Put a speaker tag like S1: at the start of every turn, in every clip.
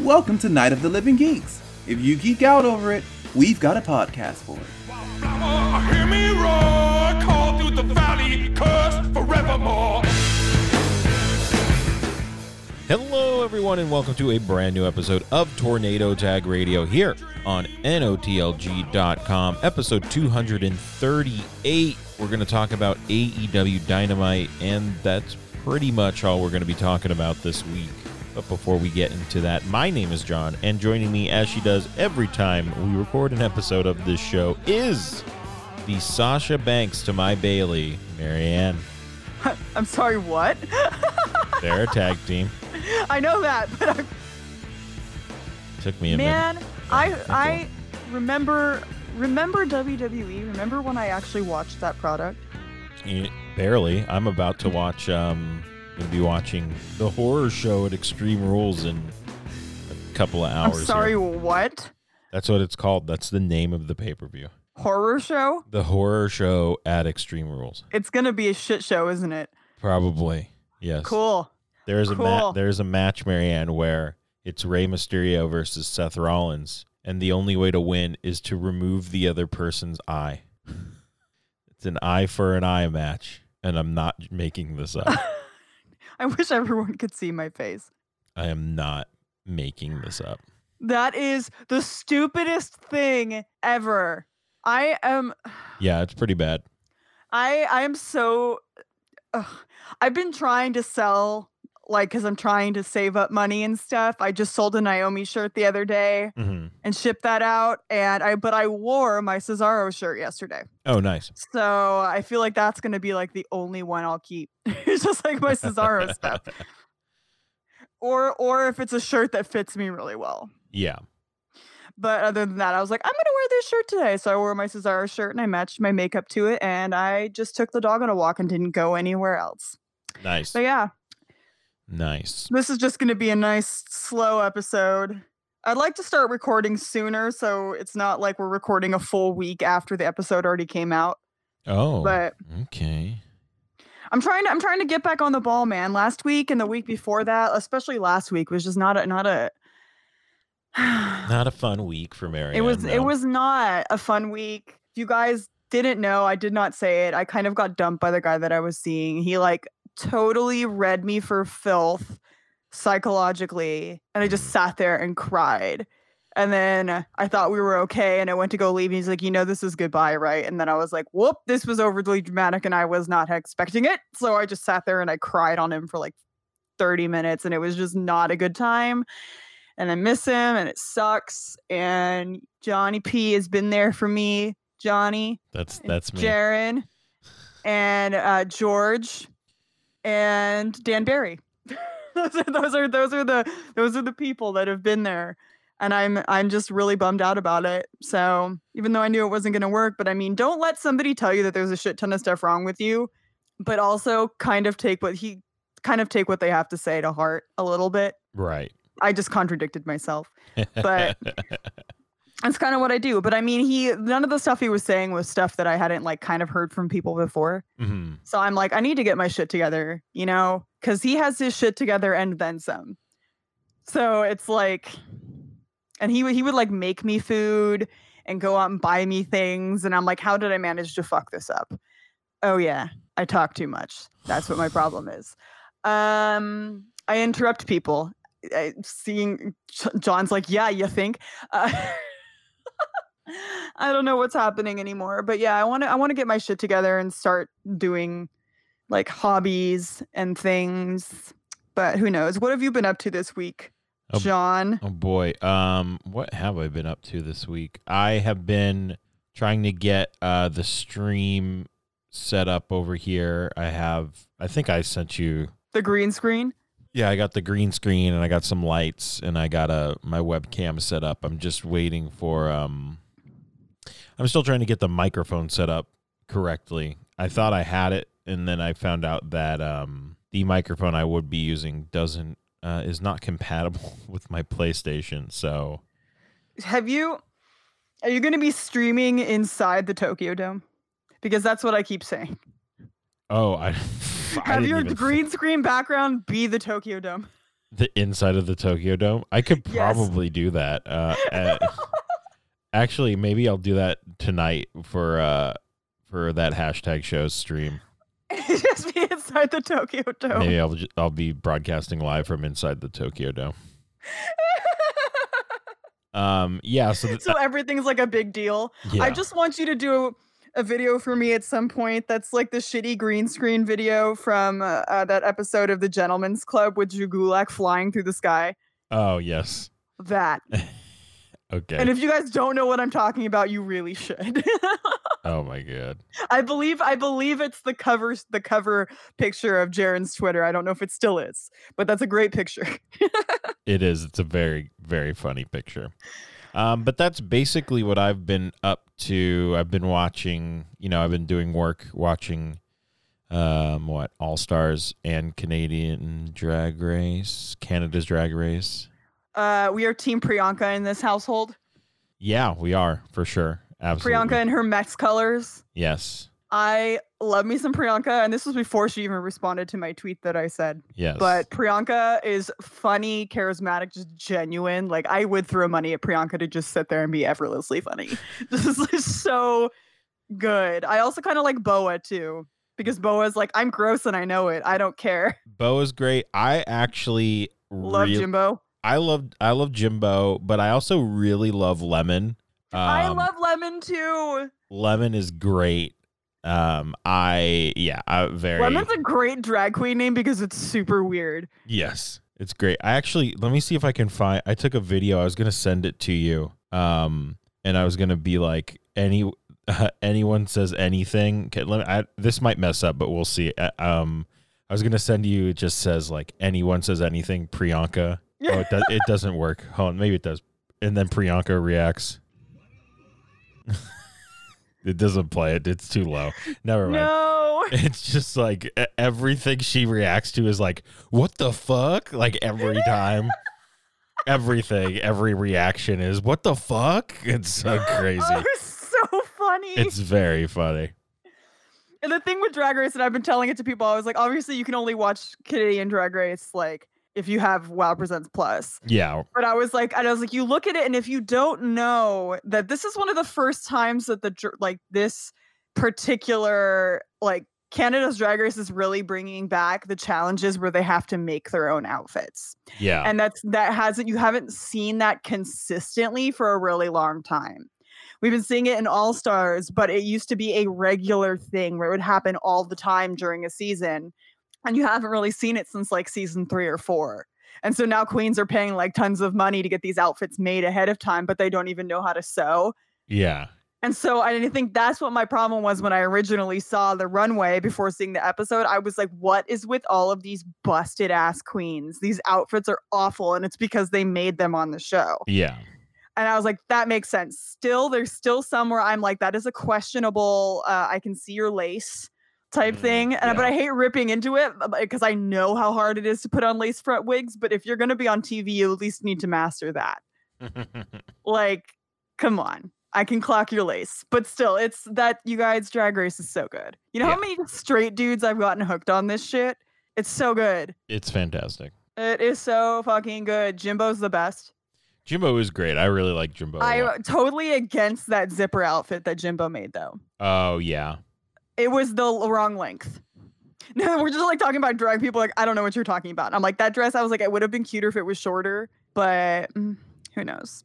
S1: welcome to Night of the Living Geeks. If you geek out over it, we've got a podcast for it.
S2: Mama, hear me roar, call through the valley, curse forevermore.
S3: Hello, everyone, and welcome to a brand new episode of Tornado Tag Radio here on NOTLG.com, episode 238. We're going to talk about AEW Dynamite, and that's pretty much all we're going to be talking about this week. But before we get into that, my name is John, and joining me, as she does every time we record an episode of this show, is the Sasha Banks to my Bailey, Marianne.
S4: I'm sorry, what?
S3: They're a tag team.
S4: I know that, but I,
S3: Took me a minute.
S4: man, I
S3: that's
S4: I remember remember WWE. Remember when I actually watched that product?
S3: Eh, Barely. I'm about to watch. Um, gonna be watching the horror show at Extreme Rules in a couple of
S4: I'm
S3: hours.
S4: sorry,
S3: here.
S4: what?
S3: That's what it's called. That's the name of the pay per view.
S4: Horror show?
S3: The horror show at Extreme Rules.
S4: It's gonna be a shit show, isn't it?
S3: Probably. Yes.
S4: Cool.
S3: There's a ma-
S4: cool.
S3: there's a match, Marianne, where it's Rey Mysterio versus Seth Rollins, and the only way to win is to remove the other person's eye. it's an eye for an eye match, and I'm not making this up.
S4: I wish everyone could see my face.
S3: I am not making this up.
S4: That is the stupidest thing ever. I am
S3: Yeah, it's pretty bad.
S4: I I am so ugh. I've been trying to sell like cuz I'm trying to save up money and stuff. I just sold a Naomi shirt the other day
S3: Mm-hmm.
S4: and shipped that out and I but I wore my Cesaro shirt yesterday.
S3: Oh, nice.
S4: So I feel like that's going to be like the only one I'll keep. it's just like my Cesaro stuff. Or or if it's a shirt that fits me really well.
S3: Yeah,
S4: But other than that, I was like, I'm gonna wear this shirt today. So I wore my Cesaro shirt and I matched my makeup to it, and I just took the dog on a walk and didn't go anywhere else.
S3: nice,
S4: So yeah,
S3: nice.
S4: this is just gonna be a nice slow episode. I'd like to start recording sooner, so it's not like we're recording a full week after the episode already came out.
S3: Oh,
S4: But
S3: okay.
S4: I'm trying to I'm trying to get back on the ball, man. Last week and the week before that, especially last week, was just not a not a
S3: Not a fun week for Mary.
S4: It was it was not a fun week. If you guys didn't know, I did not say it. I kind of got dumped by the guy that I was seeing. He like totally read me for filth psychologically, and I just sat there and cried. And then I thought we were okay, and I went to go leave, and he's like, "You know, this is goodbye, right?" And then I was like, "Whoop, this was overly dramatic, and I was not expecting it." So I just sat there and I cried on him for like 30 minutes, and it was just not a good time and I miss him and it sucks. And Johnny P has been there for me, Johnny,
S3: That's that's me.
S4: Jaron, and uh, George, and Dan Barry. those, are, those are those are the those are the people that have been there, and I'm I'm just really bummed out about it. So even though I knew it wasn't going to work, but I mean, don't let somebody tell you that there's a shit ton of stuff wrong with you, but also kind of take what he kind of take what they have to say to heart a little bit.
S3: right.
S4: I just contradicted myself but that's kind of what I do. But I mean, he none of the stuff he was saying was stuff that I hadn't like kind of heard from people before.
S3: hmm
S4: So I'm like, I need to get my shit together, you know, because he has his shit together and then some. So it's like, and he would he would like make me food and go out and buy me things, and I'm like, how did I manage to fuck this up? Oh yeah, I talk too much. That's what my problem is. Um, I interrupt people. I, seeing J- John's like, yeah, you think. Uh, I don't know what's happening anymore, but yeah, I want to I want to get my shit together and start doing like hobbies and things. But who knows? What have you been up to this week,
S3: Oh,
S4: John?
S3: Oh boy. Um, what have I been up to this week? I have been trying to get uh the stream set up over here. I have. I think I sent you
S4: The green screen?
S3: Yeah, I got the green screen and I got some lights and I got a my webcam set up. I'm just waiting for um I'm still trying to get the microphone set up correctly. I thought I had it and then I found out that um the microphone I would be using doesn't uh, is not compatible with my PlayStation. So
S4: Have you? Are you going to be streaming inside the Tokyo Dome? Because that's what I keep saying.
S3: oh I I
S4: Have
S3: didn't
S4: your
S3: even-
S4: green screen background be the Tokyo Dome.
S3: the inside of the Tokyo Dome. I could
S4: Yes.
S3: probably do that. Uh, uh, actually, maybe I'll do that tonight for uh, for that hashtag show stream.
S4: just be inside the Tokyo Dome.
S3: Maybe I'll ju- I'll be broadcasting live from inside the Tokyo Dome. Um, yeah. So, th-
S4: so everything's like a big deal.
S3: yeah.
S4: I just want you to do a video for me at some point that's like the shitty green screen video from uh, uh, that episode of The Gentleman's Club with Jugulak flying through the sky.
S3: oh yes.
S4: That.
S3: Okay.
S4: And if you guys don't know what I'm talking about, you really should.
S3: oh my god.
S4: I believe I believe it's the cover the cover picture of Jaren's Twitter. I don't know if it still is, but that's a great picture.
S3: It is. It's a very, very funny picture. Um, but that's basically what I've been up to. I've been watching, you know, I've been doing work watching um, what All Stars and Canadian Drag Race, Canada's Drag Race.
S4: Uh, we are Team Priyanka in this household.
S3: Yeah, we are for sure. Absolutely.
S4: Priyanka and her Mex colors.
S3: Yes.
S4: I love me some Priyanka, and this was before she even responded to my tweet that I said.
S3: Yes.
S4: But Priyanka is funny, charismatic, just genuine. Like I would throw money at Priyanka to just sit there and be effortlessly funny. this is like, so good. I also kind of like Boa too. Because Boa's like, I'm gross and I know it. I don't care.
S3: Bo is great. I actually
S4: Love
S3: real-
S4: Jimbo.
S3: I love I love Jimbo, but I also really love Lemon. Um,
S4: I love Lemon too.
S3: Lemon is great. Um, I yeah, I very
S4: Lemon's a great drag queen name because it's super weird.
S3: yes, it's great. I actually let me see if I can find. I took a video. I was gonna send it to you. Um, and I was gonna be like any anyone says anything. 'kay, let me, I, this might mess up, but we'll see. Uh, um, I was gonna send you. It just says like anyone says anything. Priyanka. Oh, it, does it doesn't work. Hold on, maybe it does. And then Priyanka reacts. it doesn't play it. It's too low. Never mind
S4: No.
S3: it's just like e- everything she reacts to is like what the fuck like every time everything every reaction is what the fuck it's so
S4: Oh,
S3: crazy
S4: so funny.
S3: it's very funny
S4: and the thing with Drag Race, and I've been telling it to people, I was like, obviously you can only watch Canadian Drag Race like if you have WoW Presents Plus.
S3: yeah
S4: But I was like, and I was like, you look at it, and if you don't know that this is one of the first times that the dr- like this particular like Canada's Drag Race is really bringing back the challenges where they have to make their own outfits,
S3: yeah
S4: and that's that hasn't you haven't seen that consistently for a really long time. We've been seeing it in All Stars, but it used to be a regular thing where it would happen all the time during a season. And you haven't really seen it since like season three or four. And so now queens are paying like tons of money to get these outfits made ahead of time, but they don't even know how to sew.
S3: yeah
S4: And so I didn't think that's what my problem was when I originally saw the runway before seeing the episode. I was like, what is with all of these busted ass queens? These outfits are awful, and it's because they made them on the show.
S3: yeah
S4: And I was like, that makes sense. Still, there's still some where I'm like, that is a questionable, uh, I can see your lace type
S3: Mm,
S4: thing. And, But
S3: yeah.
S4: I hate ripping into it because I know how hard it is to put on lace front wigs. But if you're going to be on TV, you at least need to master that. Like, come on. I can clock your lace. But still, it's that you guys, Drag Race is so good. You know how
S3: Yeah.
S4: many straight dudes I've gotten hooked on this shit? It's so good.
S3: it's fantastic
S4: It is so fucking good. Jimbo's the best.
S3: jimbo is great i really like jimbo a lot.
S4: I'm totally against that zipper outfit that Jimbo made, though.
S3: oh yeah
S4: It was the l- wrong length. No, we're just like talking about drag people. Like, I don't know what you're talking about. I'm like, that dress, I was like, it would have been cuter if it was shorter, but mm, who knows?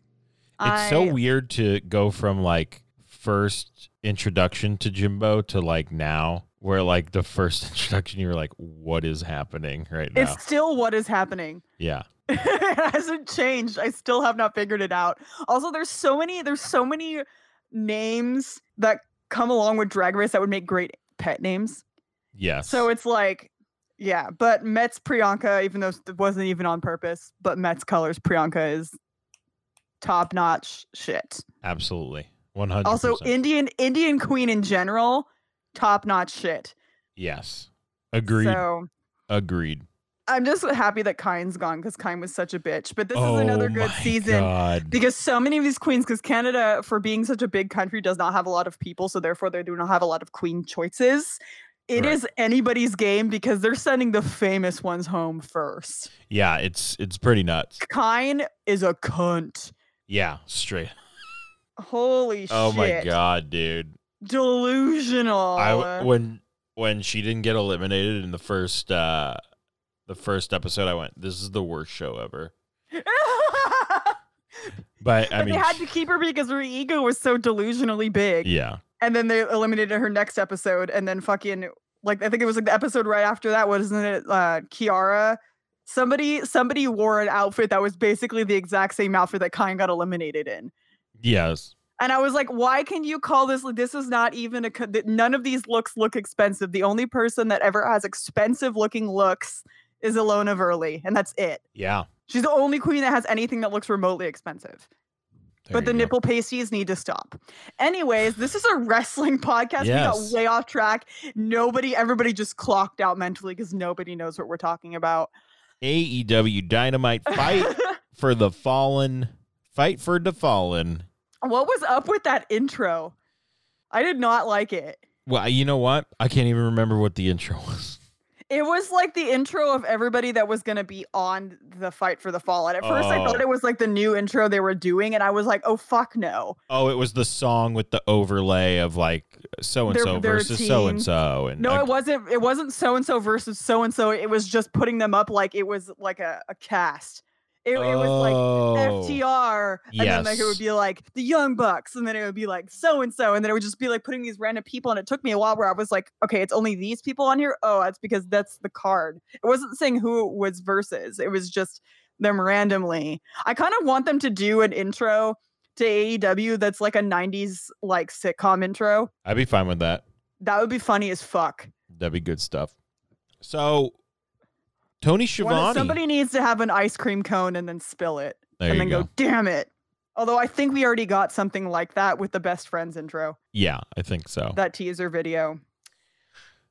S3: it's so weird to go from like first introduction to Jimbo to like now, where like the first introduction you were like, "What is happening right now?"
S4: It's still what is happening.
S3: yeah,
S4: it hasn't changed. I still have not figured it out. Also, there's so many there's so many names that come along with Drag Race that would make great pet names.
S3: yes.
S4: So it's like, yeah, but Mets Priyanka, even though it wasn't even on purpose, but Mets colors Priyanka is top notch shit.
S3: absolutely one hundred.
S4: Also, Indian Indian Queen in general, top notch shit.
S3: yes, agreed,
S4: So
S3: agreed.
S4: I'm just happy that Kine's gone because Kine was such a bitch. But this
S3: oh
S4: is another good
S3: my
S4: season.
S3: God.
S4: because so many of these queens because canada for being such a big country does not have a lot of people so therefore they do not have a lot of queen choices It is
S3: Right.
S4: anybody's game because they're sending the famous ones home first.
S3: Yeah, it's it's pretty nuts.
S4: Kine is a cunt.
S3: Yeah, straight.
S4: Holy
S3: Oh
S4: shit.
S3: my god, dude.
S4: Delusional.
S3: I w- when when she didn't get eliminated in the first uh the first episode, I went, "This is the worst show ever." But I
S4: But
S3: mean,
S4: they had
S3: she-
S4: to keep her because her ego was so delusionally big.
S3: yeah,
S4: And then they eliminated her next episode, and then fucking like I think it was like the episode right after that, wasn't it? Uh, Kiara, somebody somebody wore an outfit that was basically the exact same outfit that Kyan got eliminated in.
S3: yes,
S4: And I was like, why can you call this? like, This is not even a. co- th- None of these looks look expensive. The only person that ever has expensive looking looks is Alona Verley, and that's it.
S3: yeah.
S4: She's the only queen that has anything that looks remotely expensive.
S3: There
S4: but the
S3: you go.
S4: nipple pasties need to stop. Anyways, this is a wrestling podcast. We
S3: Yes.
S4: got way off track. Nobody, everybody just clocked out mentally because nobody knows what we're talking about.
S3: AEW E Dynamite fight for the fallen, fight for the fallen.
S4: what was up with that intro? I did not like it.
S3: Well, you know what? I can't even remember what the intro was.
S4: It was like the intro of everybody that was going to be on the fight for the fallout. At first, I
S3: Oh.
S4: thought it was like the new intro they were doing, and I was like, "Oh fuck no!"
S3: Oh, it was the song with the overlay of like so and so
S4: Their- their
S3: versus
S4: team.
S3: so and so, and
S4: No,
S3: I-
S4: it wasn't. It wasn't so and so versus so and so. It was just putting them up like it was like a, a cast. It, it was like
S3: Oh.
S4: FTR, and then like it
S3: Yes.
S4: would be like the Young Bucks, and then it would be like so and so, and then it would just be like putting these random people. And it took me a while where I was like, okay, it's only these people on here. Oh, that's because that's the card. It wasn't saying who it was versus. It was just them randomly. I kind of want them to do an intro to AEW that's like a '90s like sitcom intro.
S3: I'd be fine with that.
S4: That would be funny as fuck.
S3: That'd be good stuff. So, Tony
S4: One-
S3: Schiavone.
S4: Somebody needs to have an ice cream cone and then spill it.
S3: there
S4: and
S3: you
S4: then
S3: go.
S4: go. damn it. Although I think we already got something like that with the best friends intro,
S3: Yeah, I think so.
S4: that teaser video.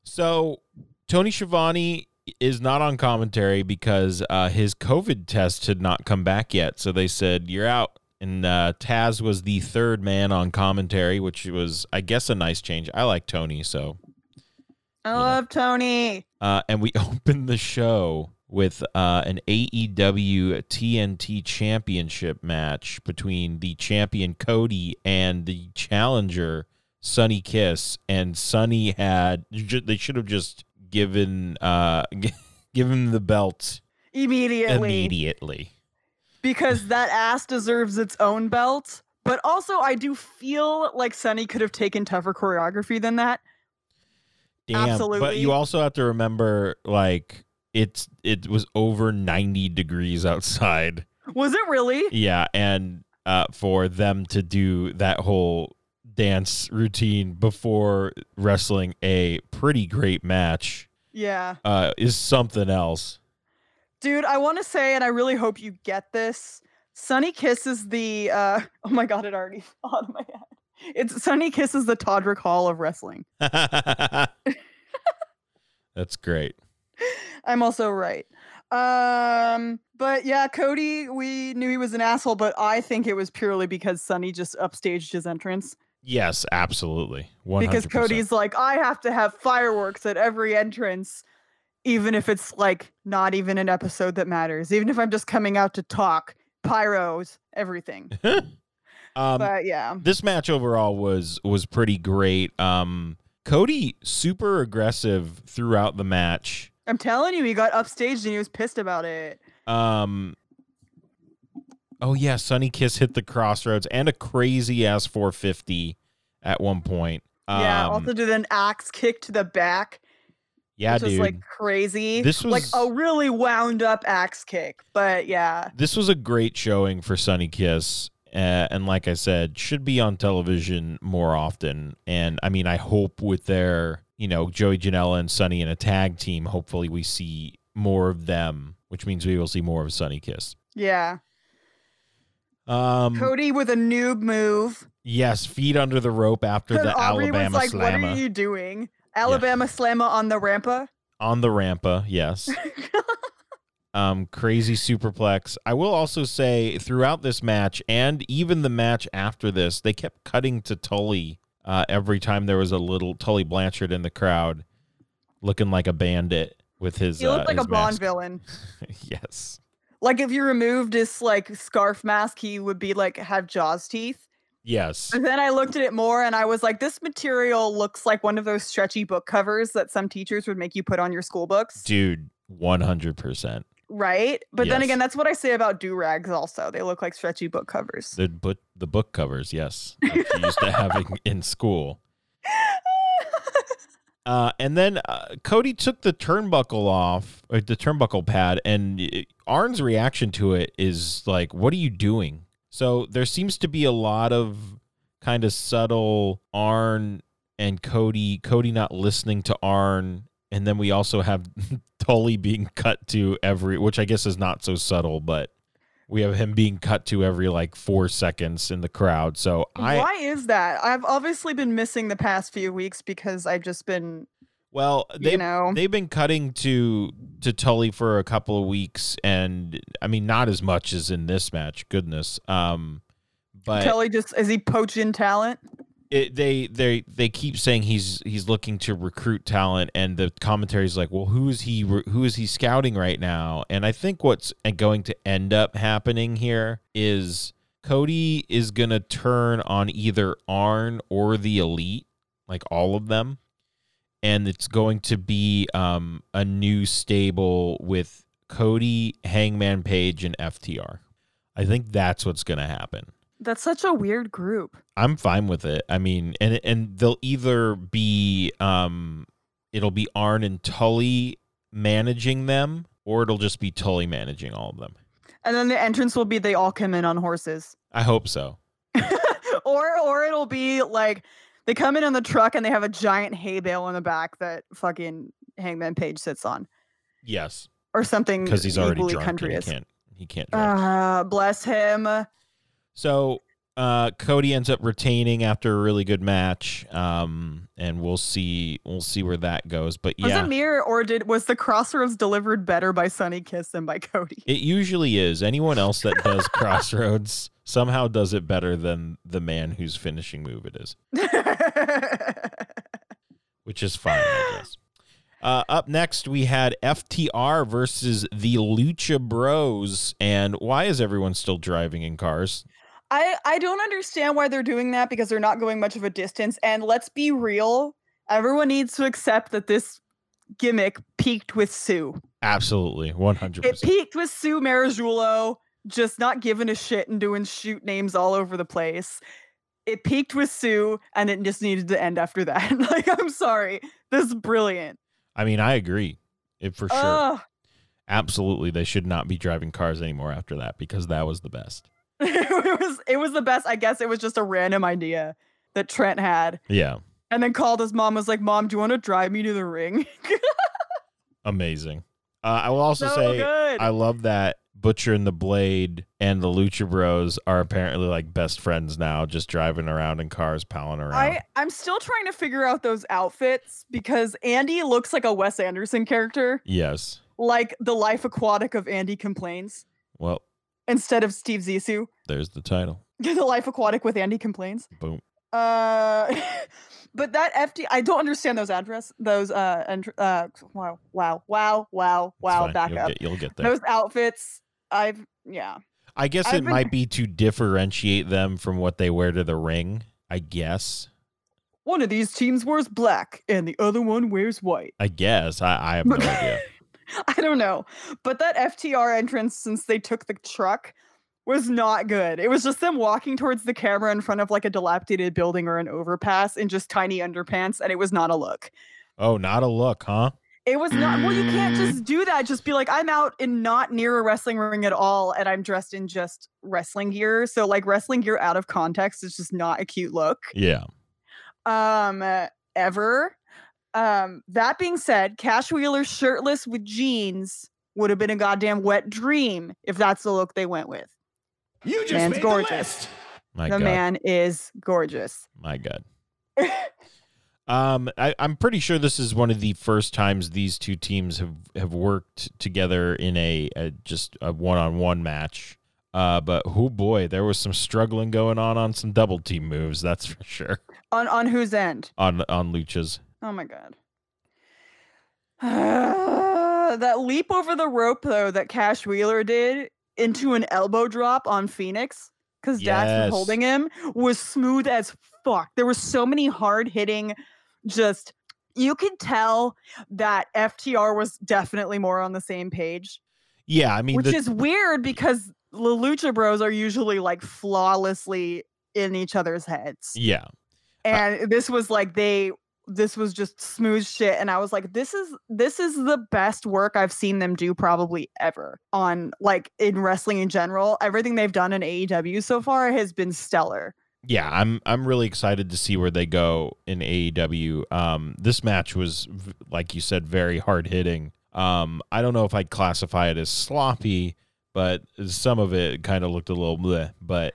S3: So, Tony Schiavone is not on commentary because uh, his COVID test had not come back yet. So they said you're out. And uh, Taz was the third man on commentary, which was, I guess, a nice change. I like Tony, so
S4: I
S3: Yeah.
S4: love Tony.
S3: Uh, and we opened the show with uh, an AEW TNT Championship match between the champion Cody and the challenger Sonny Kiss. And Sonny had ju- they should have just given uh, given the belt
S4: Immediately.
S3: immediately.
S4: Because that ass deserves its own belt. But also, I do feel like Sunny could have taken tougher choreography than that.
S3: Damn. But
S4: Absolutely.
S3: you also have to remember, like it's it was over ninety degrees outside.
S4: Was it really?
S3: Yeah, and uh, for them to do that whole dance routine before wrestling a pretty great match
S4: Yeah.
S3: uh, is something else.
S4: Dude, I want to say, and I really hope you get this. Sunny Kiss is the, uh, oh my God, it already fell out of my head. It's Sunny Kiss is the Todrick Hall of wrestling.
S3: That's great.
S4: I'm also right. Um, but yeah, Cody, we knew he was an asshole, but I think it was purely because Sonny just upstaged his entrance.
S3: Yes, absolutely. 100%.
S4: Because Cody's like, I have to have fireworks at every entrance, even if it's like not even an episode that matters, even if I'm just coming out to talk, pyros, everything.
S3: um,
S4: but yeah.
S3: this match overall was was pretty great. Um, Cody super aggressive throughout the match.
S4: I'm telling you, he got upstaged and he was pissed about it.
S3: Um. Oh yeah, Sunny Kiss hit the crossroads and a crazy ass 450 at one point.
S4: yeah,
S3: Um,
S4: also did an axe kick to the back.
S3: yeah,
S4: which
S3: dude.
S4: was like crazy.
S3: This
S4: like
S3: was-
S4: a really wound up axe kick, but yeah,
S3: this was a great showing for Sunny Kiss, uh, and like I said, should be on television more often. And I mean, I hope with their you know Joey Janela and Sunny in a tag team, hopefully we see more of them, which means we will see more of Sunny Kiss.
S4: yeah.
S3: Um,
S4: Cody with a noob move.
S3: yes, feet under the rope after
S4: Then
S3: the
S4: Aubrey
S3: Alabama
S4: was like,
S3: Slamma.
S4: "What are you doing, Alabama Slamma on the rampa?"
S3: on the rampa yes um crazy superplex i will also say throughout this match and even the match after this they kept cutting to tully uh, every time there was a little tully blanchard in the crowd looking like a bandit with his.
S4: He looked
S3: uh,
S4: like
S3: his
S4: a Bond
S3: mask.
S4: villain.
S3: yes.
S4: Like if you removed his like scarf mask, he would be like have Jaws teeth.
S3: Yes.
S4: But then I looked at it more and I was like, this material looks like one of those stretchy book covers that some teachers would make you put on your school books.
S3: Dude, 100%.
S4: right? But then
S3: Yes.
S4: again, that's what I say about do rags also. They look like stretchy book covers.
S3: The, but the book covers, yes. That you used to have in, in school. Uh, and then uh, Cody took the turnbuckle off, or the turnbuckle pad, and uh, Arn's reaction to it is like, "What are you doing?" So there seems to be a lot of kind of subtle Arn and Cody, Cody not listening to Arn, and then we also have Tully being cut to every, which I guess is not so subtle, but we have him being cut to every like four seconds in the crowd. So I,
S4: Why is that? I've obviously been missing the past few weeks because I've just been,
S3: well, they
S4: you know,
S3: They've been cutting to to Tully for a couple of weeks, and I mean, not as much as in this match. Goodness, um, but
S4: Kelly just is he poaching talent?
S3: it, they they they keep saying he's he's looking to recruit talent, and the commentary is like, well, who is he? re- Who is he scouting right now? And I think what's going to end up happening here is Cody is gonna turn on either Arn or the Elite, like all of them, and it's going to be um, a new stable with Cody, Hangman Page, and FTR. I think that's what's gonna happen.
S4: That's such a weird group.
S3: I'm fine with it. I mean, and and they'll either be um it'll be Arn and Tully managing them or it'll just be Tully managing all of them.
S4: And then the entrance will be they all come in on horses.
S3: I hope so.
S4: or or it'll be like they come in on the truck and they have a giant hay bale in the back that fucking Hangman Page sits on
S3: Yes,
S4: or something
S3: cuz he's already
S4: Mm, equally
S3: drunk and he
S4: countryist.
S3: can't he can't drive.
S4: Uh, bless him.
S3: so uh, Cody ends up retaining after a really good match, um, and we'll see. We'll see where that goes. But
S4: Was
S3: yeah,
S4: it mere or did was the crossroads delivered better by Sunny Kiss than by Cody?
S3: It usually is. Anyone else that does Crossroads somehow does it better than the man whose finishing move it is, which is fine, I guess. Uh, up next, we had FTR versus the Lucha Bros. And why is everyone still driving in cars?
S4: I I don't understand why they're doing that because they're not going much of a distance. And let's be real, everyone needs to accept that this gimmick peaked with Sue.
S3: Absolutely, 100%.
S4: It peaked with Sue Marijulo just not giving a shit and doing shoot names all over the place. It peaked with Sue and it just needed to end after that. like I'm sorry, this is brilliant.
S3: I mean, I agree. It for sure.
S4: Ugh.
S3: Absolutely, they should not be driving cars anymore after that because that was the best.
S4: it was it was the best. I guess it was just a random idea that Trent had,
S3: Yeah,
S4: and then called his mom. Was like, "Mom, do you want to drive me to the ring?"
S3: amazing. Uh, I will also
S4: so
S3: say,
S4: good.
S3: I love that Butcher and the Blade and the Lucha Bros are apparently like best friends now, just driving around in cars, palling around.
S4: I I'm still trying to figure out those outfits because Andy looks like a Wes Anderson character,
S3: yes.
S4: like the Life Aquatic of Andy complains
S3: Well,
S4: instead of Steve Zissou.
S3: there's the title.
S4: the Life Aquatic with Andy complains.
S3: Boom.
S4: Uh, but that FT, I don't understand those address, those uh, and uh, wow, wow, wow, wow,
S3: It's
S4: wow.
S3: fine.
S4: Back
S3: you'll
S4: up.
S3: Get, you'll get there.
S4: those outfits i've yeah
S3: I guess
S4: I've
S3: it
S4: been-
S3: might be to differentiate them from what they wear to the ring. I guess.
S4: one of these teams wears black and the other one wears white
S3: I guess. I, I have no idea.
S4: i don't know but that ftr entrance since they took the truck was not good it was just them walking towards the camera in front of like a dilapidated building or an overpass in just tiny underpants and it was not a look
S3: Oh, not a look, huh?
S4: it was not well you can't just do that just be like i'm out and not near a wrestling ring at all and i'm dressed in just wrestling gear so like wrestling gear out of context is just not a cute look
S3: Yeah.
S4: um uh, ever. Um that being said, Cash Wheeler shirtless with jeans would have been a goddamn wet dream if that's the look they went with.
S2: You just
S4: Man's
S2: made
S4: gorgeous.
S2: the list.
S3: My
S4: the
S3: God.
S4: man is gorgeous.
S3: My God. Um, I, I'm pretty sure this is one of the first times these two teams have, have worked together in a, a just a one on one match. Uh, but oh boy, there was some struggling going on on some double team moves. That's for sure.
S4: on on whose end?
S3: On on Lucha's,
S4: Oh my god. that leap over the rope though that Cash Wheeler did into an elbow drop on Phoenix because Dax
S3: Yes.
S4: was holding him was smooth as fuck. There were so many hard hitting, just you could tell that FTR was definitely more on the same page,
S3: Yeah, I mean,
S4: which
S3: the,
S4: is weird because the Lucha Bros are usually like flawlessly in each other's heads
S3: yeah,
S4: and this was like they this was just smooth shit and i was like this is this is the best work i've seen them do probably ever on like in wrestling in general everything they've done in aew so far has been stellar
S3: yeah. I'm I'm really excited to see where they go in AEW. Um, this match was, v- like you said, very hard hitting. Um, I don't know if I'd classify it as sloppy, but some of it kind of looked a little bleh. But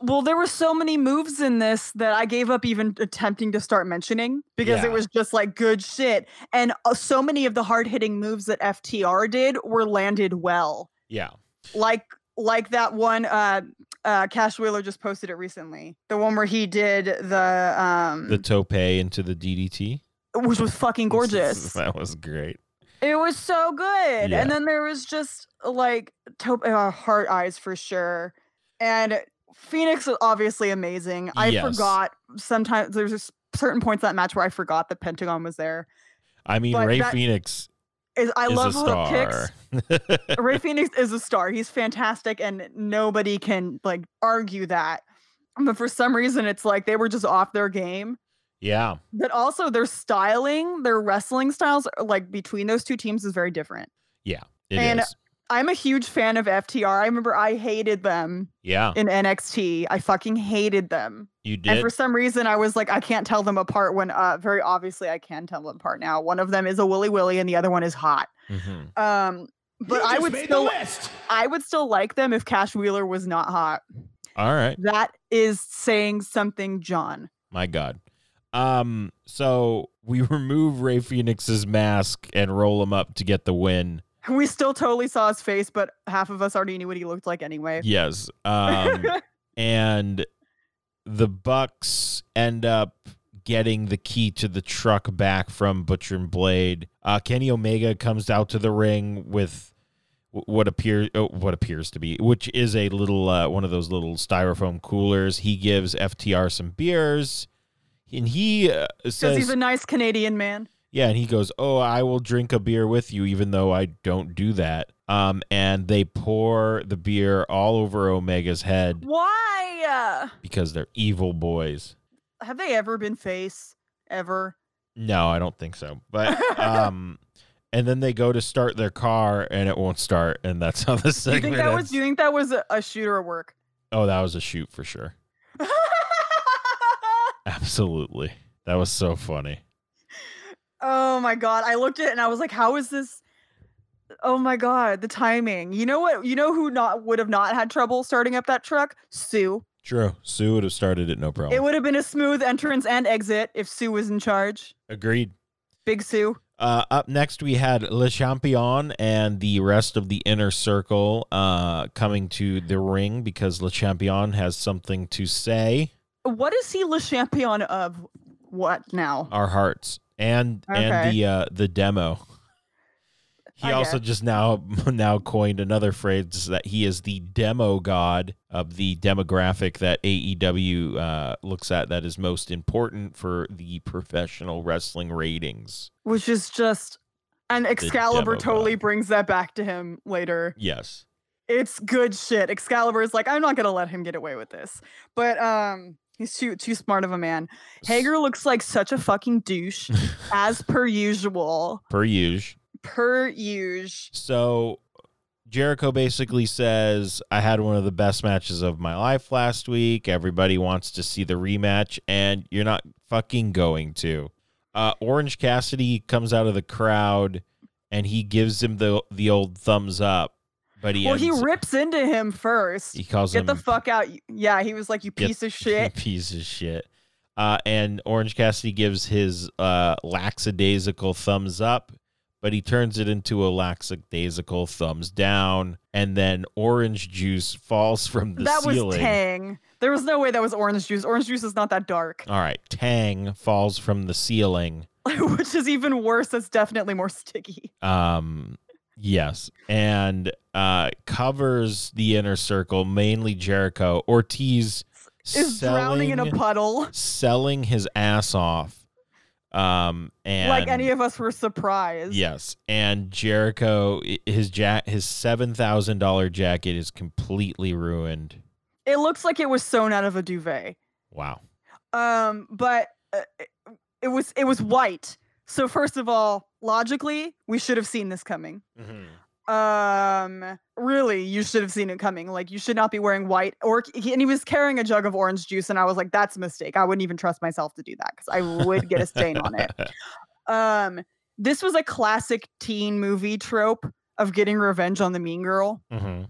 S4: well there were so many moves in this that i gave up even attempting to start mentioning because
S3: Yeah.
S4: it was just like good shit and uh, so many of the hard-hitting moves that ftr did were landed well
S3: yeah,
S4: like like that one uh uh cash wheeler just posted it recently the one where he did the um
S3: the tope into the DDT,
S4: which was fucking gorgeous
S3: that was great.
S4: it was so good
S3: Yeah.
S4: and then there was just like to- uh, heart eyes for sure and phoenix was obviously amazing i
S3: Yes.
S4: forgot sometimes there's just certain points in that match where i forgot that pentagon was there
S3: I mean,
S4: But
S3: Ray
S4: that-
S3: Phoenix
S4: is i
S3: is
S4: love
S3: a
S4: hook kicks
S3: star.
S4: Ray Phoenix is a star. He's fantastic, and nobody can like argue that. But for some reason, it's like they were just off their game.
S3: yeah,
S4: But also, their styling, their wrestling styles, are, like between those two teams, is very different.
S3: it is.
S4: And- I'm a huge fan of FTR. I remember I hated them
S3: Yeah,
S4: in NXT. I fucking hated them.
S3: you
S4: And
S3: did.
S4: for some reason, I was like, I can't tell them apart when, uh, very obviously, I can tell them apart now. One of them is a Willy Willy, and the other one is hot.
S3: Mhm.
S4: Um, but I would still, I would still like them if Cash Wheeler was not hot.
S3: All right.
S4: That is saying something, John.
S3: My God. Um, so we remove Ray Phoenix's mask and roll him up to get the win.
S4: We still totally saw his face, but half of us already knew what he looked like anyway.
S3: Yes. Um, and the Bucks end up getting the key to the truck back from Butcher and Blade. Uh, Kenny Omega comes out to the ring with wh- what appears oh, what appears to be which is a little uh, one of those little styrofoam coolers he gives ftr some beers and he uh,
S4: Because
S3: says
S4: he's a nice Canadian man.
S3: Yeah, and he goes, "Oh, I will drink a beer with you, even though I don't do that." Um, and they pour the beer all over Omega's head
S4: Why?
S3: because they're evil boys.
S4: Uh, Have they ever been face? Ever?
S3: No, I don't think so. But um, and then they go to start their car, and it won't start, and that's how the
S4: Do you
S3: segment
S4: think that was?
S3: ends.
S4: Do you think that was a, a shooter work?
S3: oh, that was a shoot for sure. Absolutely, that was so funny.
S4: oh my god! I looked at it and I was like, "How is this?" Oh my god, the timing. You know what? You know who not would have not had trouble starting up that truck? Sue.
S3: True, Sue would have started it no problem.
S4: It would have been a smooth entrance and exit if Sue was in charge.
S3: Agreed.
S4: Big Sue.
S3: Uh, up next, we had Le Champion and the rest of the inner circle uh, coming to the ring because Le Champion has something to say.
S4: What is he Le Champion of what now?
S3: Our hearts and
S4: Okay.
S3: and the uh, the demo. He
S4: I
S3: also just now now coined another phrase that he is the demo god of the demographic that AEW uh, looks at that is most important for the professional wrestling ratings.
S4: Which is just. And Excalibur
S3: demo
S4: totally
S3: god.
S4: brings that back to him later.
S3: Yes.
S4: It's good shit. Excalibur is like, I'm not gonna let him get away with this. But um he's too too smart of a man. Hager looks like such a fucking douche, as per usual.
S3: Per usual.
S4: Per usual.
S3: So Jericho basically says, I had one of the best matches of my life last week. Everybody wants to see the rematch, and you're not fucking going to. Uh, Orange Cassidy comes out of the crowd and he gives him the the old thumbs up, but he
S4: Well, he
S3: ends-
S4: rips into him first.
S3: he calls
S4: Get
S3: him
S4: the fuck out. you- Yeah, he was like, you
S3: Get-
S4: piece of shit.
S3: piece of shit. Uh, and Orange Cassidy gives his uh, lackadaisical thumbs up, but he turns it into a lackadaisical thumbs down, and then orange juice falls from the
S4: That
S3: ceiling.
S4: was Tang. There was no way that was orange juice. Orange juice is not that dark.
S3: All right, Tang falls from the ceiling,
S4: which is even worse. That's definitely more sticky.
S3: Um, yes, and uh, covers the inner circle mainly Jericho. Ortiz
S4: Is drowning in a puddle.
S3: selling his ass off. Um, and
S4: like any of us were surprised.
S3: Yes, and Jericho, i- his ja- his seven thousand dollar jacket is completely ruined.
S4: It looks like it was sewn out of a duvet.
S3: Wow.
S4: Um, but uh, it- it was it was white. So first of all, logically, we should have seen this coming. Um, really, you should have seen it coming. Like you should not be wearing white. Or he, and he was carrying a jug of orange juice, and I was like, that's a mistake. I wouldn't even trust myself to do that because I would get a stain on it. Um, this was a classic teen movie trope of getting revenge on the mean girl.
S3: hmm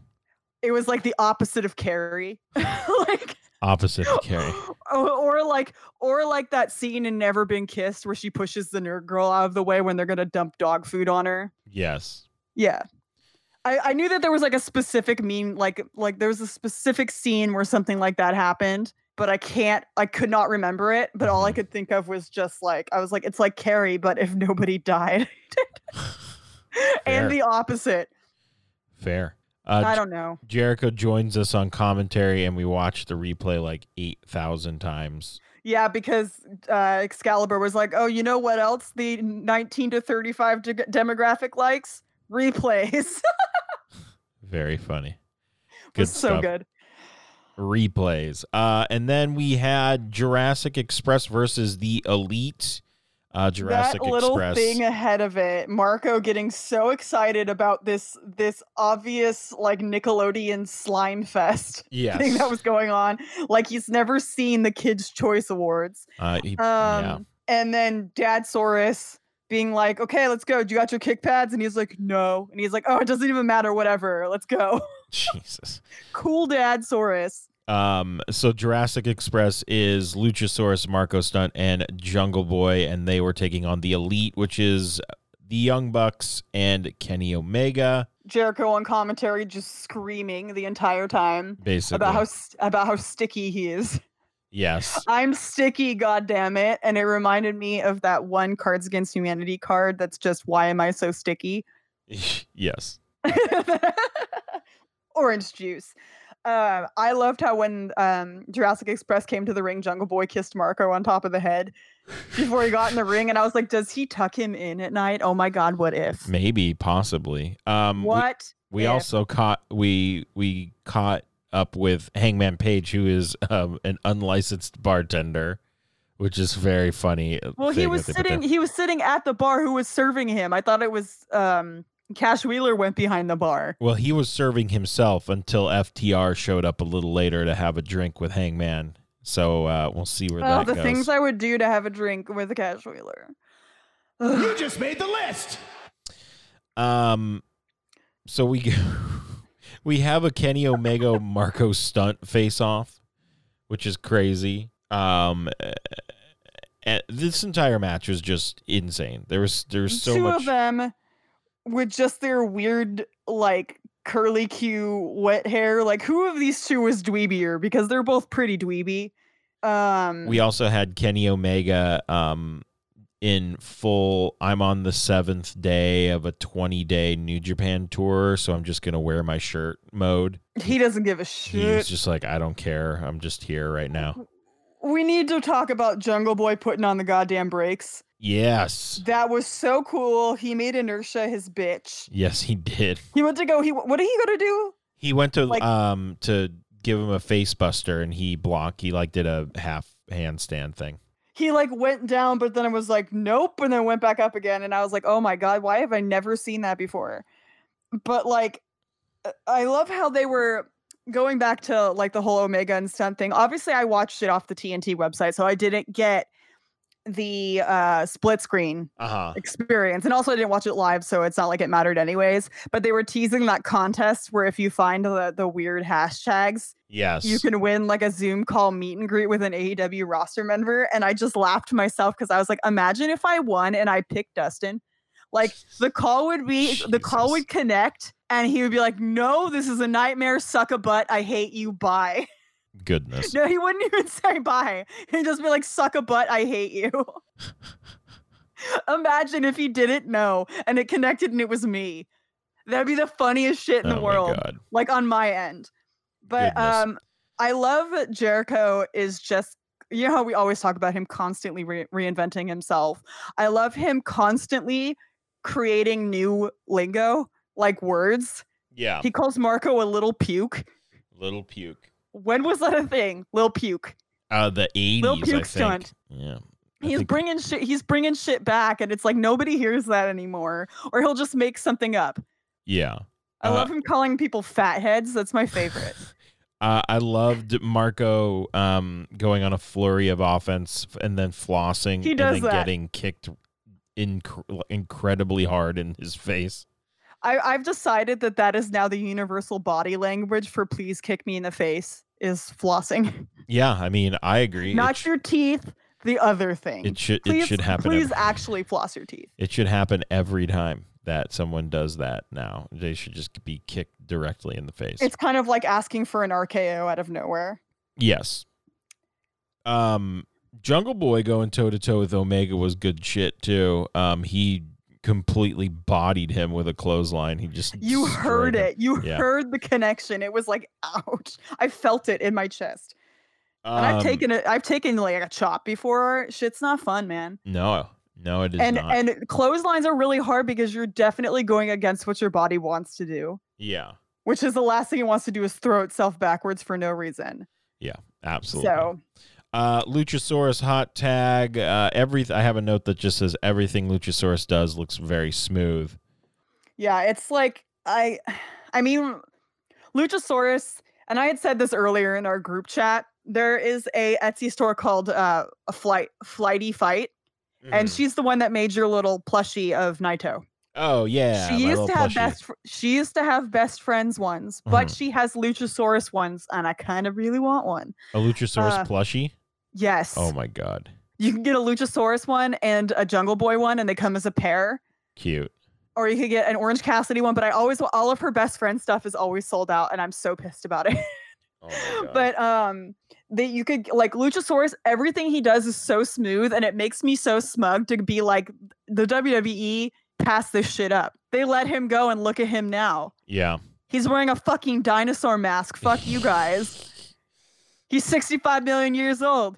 S4: It was like the opposite of Carrie. like
S3: Opposite of Carrie.
S4: or, or like or like that scene in Never Been Kissed where she pushes the nerd girl out of the way when they're gonna dump dog food on her.
S3: Yes.
S4: Yeah. I, I knew that there was like a specific mean like like there was a specific scene where something like that happened, but I can't I could not remember it. But all I
S3: Mhm.
S4: could think of was just like I was like, it's like Carrie, but if nobody died.
S3: Fair.
S4: and the opposite.
S3: Fair. Uh,
S4: I don't know.
S3: Jericho joins us on commentary, and we watch the replay like eight thousand times.
S4: Yeah, because uh, Excalibur was like, "Oh, you know what else the 19 to 35 de- demographic likes? Replays."
S3: Very funny.
S4: It
S3: Good
S4: was so
S3: stuff.
S4: good.
S3: replays. Uh, and then we had Jurassic Express versus the Elite. Uh, Jurassic
S4: that little
S3: Express.
S4: thing ahead of it, Marco getting so excited about this this obvious like Nickelodeon slime fest
S3: yes.
S4: thing that was going on, like he's never seen the Kids Choice Awards.
S3: uh, he-
S4: Um,
S3: yeah.
S4: and then Dad Soros being like, "Okay, let's go. Do you got your kick pads?" And he's like, "No," and he's like, "Oh, it doesn't even matter. Whatever, let's go."
S3: Jesus.
S4: cool dad Soros.
S3: Um, so Jurassic Express is Luchasaurus, Marco Stunt, and Jungle Boy, and they were taking on the Elite, which is the Young Bucks and Kenny Omega,
S4: Jericho on commentary just screaming the entire time
S3: basically.
S4: about how st- about how sticky he is.
S3: yes.
S4: I'm sticky, god damn it! And it reminded me of that one Cards Against Humanity card that's just why am I so sticky?
S3: yes.
S4: Orange juice. Uh, I loved how when um, Jurassic Express came to the ring, Jungle Boy kissed Marco on top of the head before he got in the ring, and I was like, "Does he tuck him in at night? Oh my god, what if?
S3: Maybe, possibly. Um, we-
S4: What
S3: We
S4: Yeah.
S3: also caught we we caught up with Hangman Page, who is um, an unlicensed bartender, which is very funny. uh,
S4: Well, he
S3: thing
S4: was
S3: that they put
S4: sitting. He was sitting at the bar. Who was serving him? I thought it was um, Cash Wheeler went behind the bar.
S3: there. Well, he was serving himself until FTR showed up a little later to have a drink with Hangman. So uh, we'll see where
S4: Oh,
S3: that
S4: the
S3: goes.
S4: things I would do to have a drink with a Cash Wheeler.
S2: You just made the list.
S3: um, so we we have a Kenny Omega Marco stunt face off, which is crazy. Um. uh, uh, this entire match was just insane. There was there was so
S4: Two
S3: much.
S4: of them with just their weird, like curly Q wet hair. Like, who of these two is dweebier? Because they're both pretty dweeby. Um,
S3: We also had Kenny Omega um, in full. I'm on the seventh day of a 20 day New Japan tour, so I'm just gonna wear my shirt mode.
S4: he doesn't give a
S3: He's
S4: shit.
S3: just like, I don't care. I'm just here right now.
S4: We need to talk about Jungle Boy putting on the goddamn brakes.
S3: Yes,
S4: That was so cool. He made inertia his bitch.
S3: yes, he did.
S4: He went to go. He what did he go to do?
S3: He went to
S4: Like-
S3: um to give him a face buster, and he blocked. He like did a half handstand thing.
S4: He like went down, but then it was like nope, and then went back up again. And I was like, oh my god, why have I never seen that before? But like, uh, I love how they were going back to like the whole Omega and stunt thing. Obviously, I watched it off the TNT website, so I didn't get the uh split screen
S3: Uh huh.
S4: experience. And also, I didn't watch it live, so it's not like it mattered anyways. But they were teasing that contest where if you find the, the weird hashtags,
S3: Yes.
S4: you can win like a Zoom call meet and greet with an AEW roster member. And I just laughed to myself because I was like, imagine if I won and I picked Dustin. Like the call would be the call
S3: Jesus.
S4: would connect and he would be like, No, this is a nightmare, suck a butt, I hate you, bye.
S3: Goodness.
S4: No, he wouldn't even say bye. He'd just be like, suck a butt, I hate you. Imagine if he didn't know and it connected and it was me. That'd be the funniest shit in
S3: oh
S4: the world.
S3: My God.
S4: Like on my end. But
S3: Goodness.
S4: um I love that Jericho is just you know how we always talk about him constantly re- reinventing himself. I love him constantly creating new lingo, like words.
S3: Yeah.
S4: He calls Marco a little puke.
S3: Little puke.
S4: When was that a thing? Little puke.
S3: Uh, the eighties.
S4: Lil
S3: I
S4: Puke
S3: think.
S4: stunt.
S3: Yeah. I
S4: he's
S3: think-
S4: bringing shit he's bringing shit back and it's like nobody hears that anymore or he'll just make something up
S3: Yeah.
S4: i
S3: Uh,
S4: love him calling people fatheads that's my favorite
S3: Uh, I loved Marco um, going on a flurry of offense f- and then flossing
S4: He
S3: and
S4: does
S3: then
S4: that.
S3: getting kicked inc- incredibly hard in his face.
S4: I, i've decided that that is now the universal body language for please kick me in the face is flossing
S3: Yeah, I mean, I agree.
S4: not
S3: it, sh-
S4: your teeth the other thing
S3: it should
S4: please,
S3: it should happen.
S4: please
S3: every-
S4: actually floss your teeth
S3: it should happen every time that someone does that. Now they should just be kicked directly in the face.
S4: it's kind of like asking for an rko out of nowhere
S3: Yes. Um, Jungle Boy going toe to toe with Omega was good shit too. Um, he completely bodied him with a clothesline. He just
S4: you
S3: destroyed
S4: heard
S3: him.
S4: it you
S3: Yeah.
S4: heard the connection it was like ouch i felt it in my chest And I've
S3: Um,
S4: taken it. I've taken like a chop before. Shit's not fun, man.
S3: No, no, it is
S4: And
S3: not.
S4: and clotheslines are really hard because you're definitely going against what your body wants to do,
S3: yeah,
S4: which is the last thing it wants to do is throw itself backwards for no reason.
S3: absolutely.
S4: So
S3: Uh, Luchasaurus hot tag. Uh, every I have a note that just says everything Luchasaurus does looks very smooth.
S4: yeah, it's like I, I mean, Luchasaurus. And I had said this earlier in our group chat. There is a Etsy store called uh, a flight flighty fight,
S3: Mm-hmm.
S4: and she's the one that made your little plushie of Naito.
S3: oh yeah,
S4: she
S3: my
S4: used
S3: little
S4: to have
S3: plushie.
S4: best. Fr- she used to have best friends ones, but
S3: Mhm.
S4: she has Luchasaurus ones, and I kind of really want one.
S3: a Luchasaurus
S4: uh,
S3: plushie.
S4: Yes,
S3: Oh my god,
S4: you can get a Luchasaurus one and a Jungle Boy one, and they come as a pair.
S3: cute.
S4: Or you could get an Orange Cassidy one, but I always wa- all of her best friend stuff is always sold out, and I'm so pissed about it.
S3: Oh my God.
S4: but um, that you could like Luchasaurus, everything he does is so smooth, and it makes me so smug to be like the WWE passed this shit up. They let him go, and look at him now.
S3: yeah.
S4: He's wearing a fucking dinosaur mask. Fuck you guys. He's 65 million years old.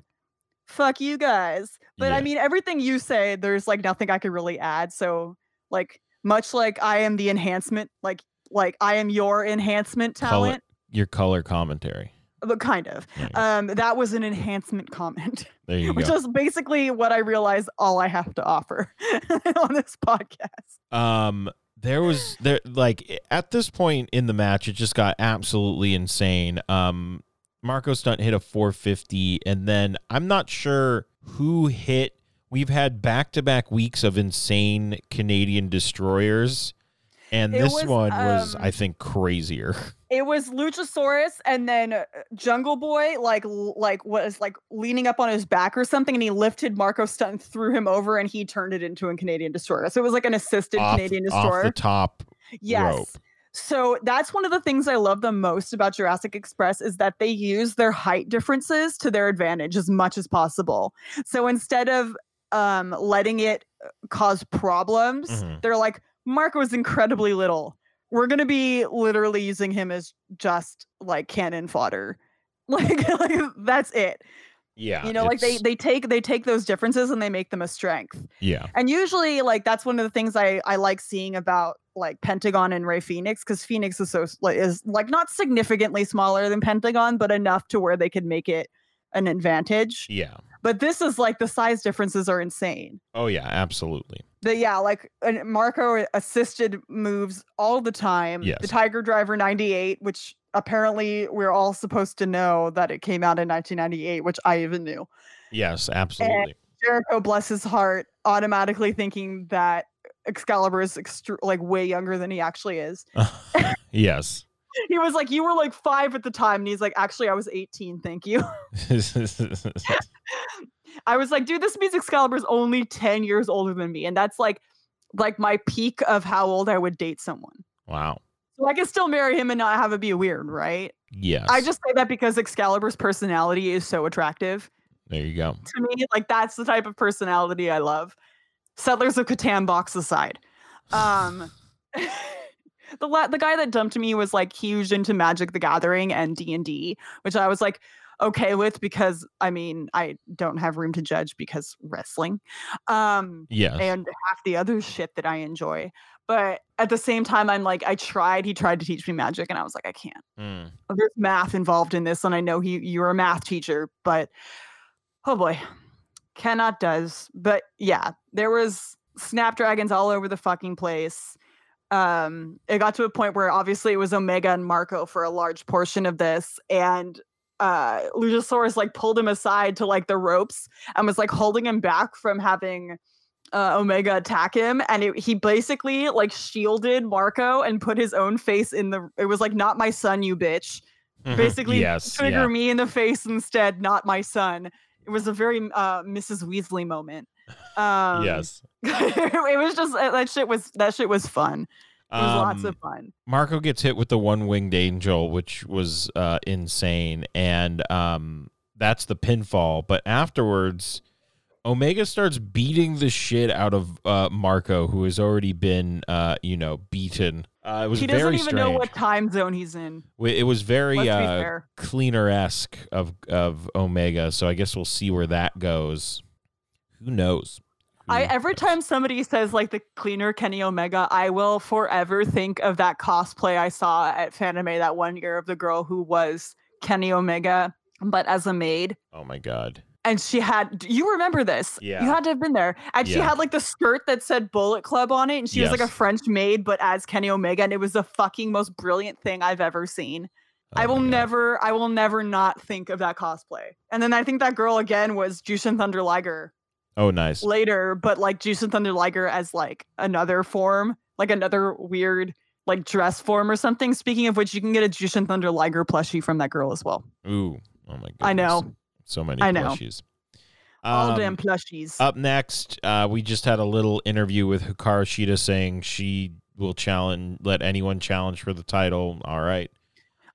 S4: Fuck you guys. But
S3: Yeah.
S4: I mean, everything you say, there's like nothing I could really add. So, like, much like I am the enhancement, like, like I am your enhancement
S3: Call it-
S4: talent, uh,
S3: your color commentary.
S4: but kind of.
S3: There you go.
S4: Um, that was an enhancement comment,
S3: There you
S4: which
S3: go.
S4: is basically what I realized all I have to offer on this podcast.
S3: um, there was there like at this point in the match, it just got absolutely insane. Um, Marco Stunt hit a 450, and then I'm not sure who hit. We've had back to back weeks of insane Canadian destroyers, and
S4: It
S3: this
S4: was,
S3: one was,
S4: um,
S3: I think, crazier.
S4: It was Luchasaurus and then uh, Jungle Boy, like l- like was like leaning up on his back or something, and he lifted Marco Stunt, and threw him over, and he turned it into a Canadian destroyer. So it was like an assisted
S3: off,
S4: Canadian
S3: off
S4: destroyer.
S3: the top.
S4: yes.
S3: rope.
S4: So that's one of the things I love the most about Jurassic Express is that they use their height differences to their advantage as much as possible. So instead of um, letting it uh, cause problems,
S3: Mhm.
S4: they're like, Marco is incredibly little. We're gonna be literally using him as just like cannon fodder. Like, like that's it.
S3: Yeah.
S4: You know, like they
S3: it's-
S4: they take they take those differences and they make them a strength.
S3: Yeah.
S4: And usually, like that's one of the things I I like seeing about like Pentagon and Ray Phoenix because Phoenix is so s- like is like not significantly smaller than Pentagon, but enough to where they could make it an advantage.
S3: Yeah.
S4: But this is like the size differences are insane.
S3: Oh, yeah. Absolutely.
S4: The yeah, like and Marco assisted moves all the time. The
S3: Yes.
S4: Tiger Driver 98, which apparently we're all supposed to know that it came out in 1998, which I even knew.
S3: Yes. Absolutely.
S4: Jericho, bless his heart, automatically thinking that Excalibur is extr like way younger than he actually is.
S3: yes.
S4: He was like, "You were like five at the time," and he's like, "Actually, I was 18. Thank you." I was like, "Dude, this means Excalibur's only 10 years older than me," and that's like, like my peak of how old I would date someone.
S3: wow.
S4: So I can still marry him and not have it be weird, right?
S3: Yes.
S4: I just say that because Excalibur's personality is so attractive.
S3: there you go.
S4: to me. Like that's the type of personality I love. Settlers of Catan box aside. Um, the la- the guy that dumped me was like huge into Magic the Gathering and D and D, which I was like okay with because I mean I don't have room to judge because wrestling. Um,
S3: Yeah.
S4: and half the other shit that I enjoy. But at the same time, I'm like, I tried. He tried to teach me magic, and I was like, I can't.
S3: Mm.
S4: There's math involved in this, and I know he you're a math teacher, but oh boy, cannot does. But yeah, there was snapdragons all over the fucking place. Um, it got to a point where obviously it was Omega and Marco for a large portion of this, and uh Luchasaurus like pulled him aside to like the ropes and was like holding him back from having uh, Omega attack him, and it, he basically like shielded Marco and put his own face in the. It was like, "Not my son, you bitch."
S3: Mhm.
S4: Basically,
S3: yes.
S4: trigger
S3: yeah.
S4: me in the face instead, not my son. It was a very uh, Mrs. Weasley moment. Um,
S3: yes.
S4: it was just uh, that shit was that shit was fun. It was lots
S3: Um,
S4: of fun.
S3: Marco gets hit with the one winged angel, which was uh, insane, and um, that's the pinfall. But afterwards, Omega starts beating the shit out of uh, Marco, who has already been, uh, you know, beaten. Uh, it was
S4: He doesn't
S3: very
S4: even
S3: strange.
S4: know what time zone he's in.
S3: Wi- it was
S4: Let's
S3: very
S4: be
S3: uh,
S4: fair.
S3: cleaner esque of of Omega. So I guess we'll see where that goes. Who knows? Who
S4: I e every
S3: knows?
S4: time somebody says like the cleaner Kenny Omega, I will forever think of that cosplay I saw at Fanime that one year of the girl who was Kenny Omega, but as a maid.
S3: Oh my god!
S4: And she had do you remember this?
S3: Yeah.
S4: You had to have been there. And she
S3: Yeah.
S4: had like the skirt that said Bullet Club on it, and she was like
S3: Yes.
S4: a French maid, but as Kenny Omega, and it was the fucking most brilliant thing I've ever seen.
S3: Oh
S4: I will
S3: my God.
S4: never, I will never not think of that cosplay. And then I think that girl again was Jushin Thunder Liger
S3: Oh, nice.
S4: later, but like Juice and Thunder Liger as like another form, like another weird like dress form or something. Speaking of which, you can get a Juice and Thunder Liger plushie from that girl as well.
S3: Ooh. Oh my god!
S4: I know.
S3: So many
S4: I know.
S3: plushies.
S4: All
S3: Um,
S4: damn plushies.
S3: Up next, uh, we just had a little interview with Hikaru Shida saying she will challenge, let anyone challenge for the title. All right.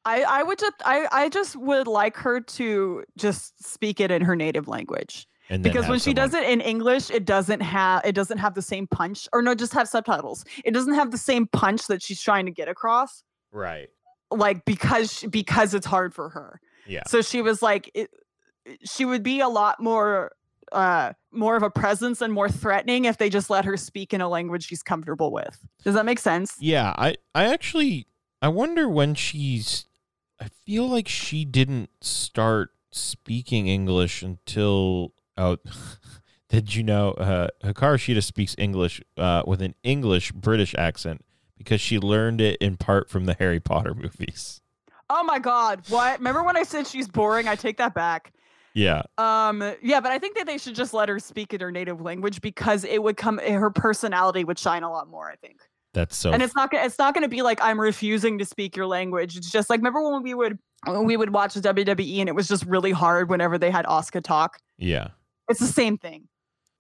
S4: I, I would just I, I just would like her to just speak it in her native language.
S3: And then
S4: Because
S3: have
S4: when she
S3: someone-
S4: does it in English, it doesn't have it doesn't have the same punch. Or no, just have subtitles. It doesn't have the same punch that she's trying to get across.
S3: right?
S4: Like because she, because it's hard for her.
S3: Yeah.
S4: So she was like, it, she would be a lot more, uh, more of a presence and more threatening if they just let her speak in a language she's comfortable with. Does that make sense?
S3: Yeah, I I actually I wonder when she's I feel like she didn't start speaking English until oh did you know uh Hikaru Shida speaks English uh with an English British accent because she learned it in part from the Harry Potter movies.
S4: Oh my God! What? Remember when I said she's boring? I take that back.
S3: Yeah.
S4: Um, yeah, but I think that they should just let her speak in her native language because it would come. Her personality would shine a lot more. I think.
S3: That's so
S4: and it's not gonna it's not gonna be like I'm refusing to speak your language. It's just like remember when we would when we would watch the WWE and it was just really hard whenever they had Oscar talk.
S3: Yeah.
S4: It's the same thing.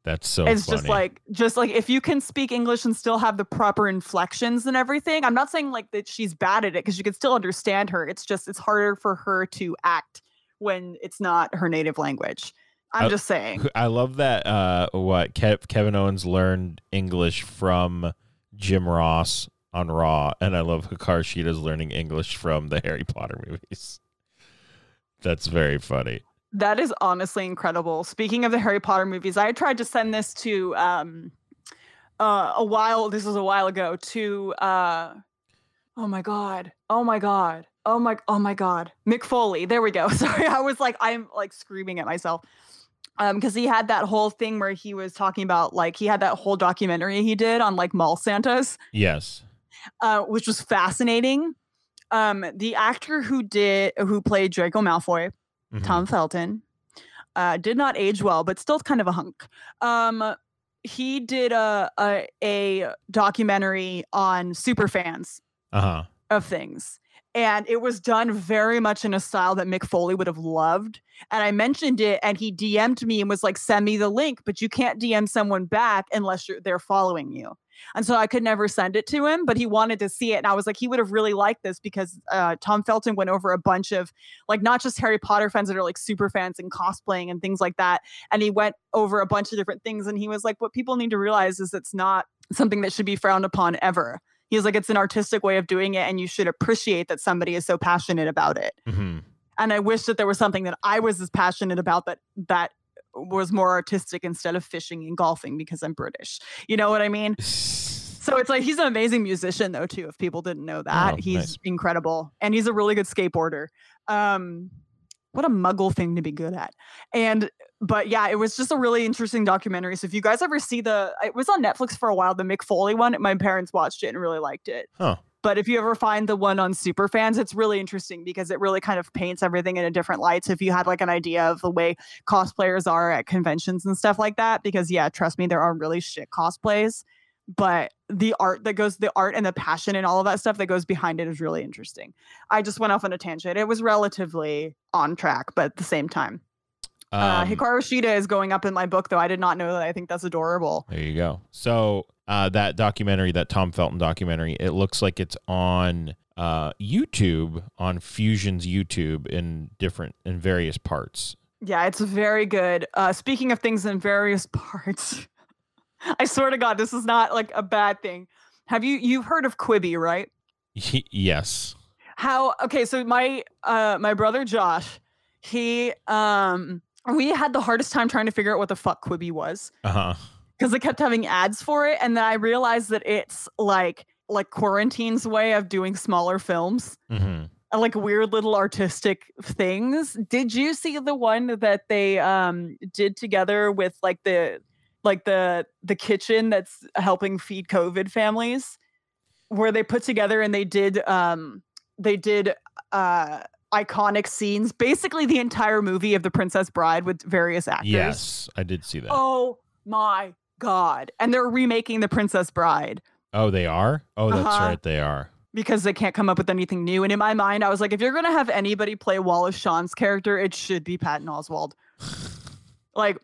S3: That's so
S4: it's just
S3: funny.
S4: like just like if you can speak English and still have the proper inflections and everything. I'm not saying like that she's bad at it because you can still understand her. It's just it's harder for her to act when it's not her native language. I'm
S3: Uh,
S4: just saying.
S3: I love that uh what Kev- Kevin Owens learned English from Jim Ross on Raw and I love Hikaru Shida's learning English from the Harry Potter movies. That's very funny.
S4: That is honestly incredible. Speaking of the Harry Potter movies, I tried to send this to um uh a while this was a while ago to uh oh my god. Oh my god. Oh my oh my god. Mick Foley. There we go. Sorry, I was like I'm like screaming at myself. Um cuz he had that whole thing where he was talking about like he had that whole documentary he did on like mall santas
S3: Yes.
S4: uh, which was fascinating. Um the actor who did who played Draco Malfoy
S3: Mhm.
S4: Tom Felton. Uh, did not age well, but still kind of a hunk. Um, he did a, a a documentary on super fans
S3: Uh-huh.
S4: of things, and it was done very much in a style that Mick Foley would have loved. And I mentioned it, and he DM'd me and was like, "Send me the link," but you can't DM someone back unless you're, they're following you. And so I could never send it to him, but he wanted to see it. And I was like, he would have really liked this because uh, Tom Felton went over a bunch of like not just Harry Potter fans that are like super fans and cosplaying and things like that. And he went over a bunch of different things. And he was like, what people need to realize is it's not something that should be frowned upon ever. He's like, it's an artistic way of doing it, and you should appreciate that somebody is so passionate about it.
S3: hmm
S4: And I wish that there was something that I was as passionate about that that was more artistic instead of fishing and golfing because I'm British. You know what I mean? So it's like he's an amazing musician though too. If people didn't know that,
S3: Oh,
S4: he's
S3: nice.
S4: incredible, and he's a really good skateboarder. Um, what a muggle thing to be good at. And but yeah, it was just a really interesting documentary. So if you guys ever see the, it was on Netflix for a while, the Mick Foley one. My parents watched it and really liked it.
S3: Huh.
S4: But if you ever find the one on Superfans, it's really interesting because it really kind of paints everything in a different light. So if you had like an idea of the way cosplayers are at conventions and stuff like that, because yeah, trust me, there are really shit cosplays, but the art that goes, the art and the passion and all of that stuff that goes behind it is really interesting. I just went off on a tangent. It was relatively on track, but at the same time, uh,
S3: Um,
S4: Hikaru Shida is going up in my book, though. I did not know that. I think that's adorable.
S3: There you go. So uh, that documentary, that Tom Felton documentary, it looks like it's on uh, YouTube, on Fusion's YouTube, in different in various parts.
S4: Yeah, it's very good. Uh, speaking of things in various parts, I swear to God, this is not like a bad thing. Have you you've heard of Quibi, right?
S3: yes.
S4: How okay? So my uh my brother Josh, he um we had the hardest time trying to figure out what the fuck Quibi was
S3: Uh huh.
S4: because they kept having ads for it, and then I realized that it's like like quarantine's way of doing smaller films
S3: hmm
S4: uh, like weird little artistic things. Did you see the one that they um did together with like the like the the kitchen that's helping feed COVID families? Where they put together and they did um they did uh iconic scenes, basically the entire movie of The Princess Bride with various actors.
S3: Yes, I did see that. Oh,
S4: Oh my god. And they're remaking The Princess Bride
S3: they are. Oh, that's
S4: Uh-huh.
S3: right, they are.
S4: because they can't come up with anything new. And in my mind, I was like, if you're gonna have anybody play Wallace Shawn's character, it should be Patton Oswald. like,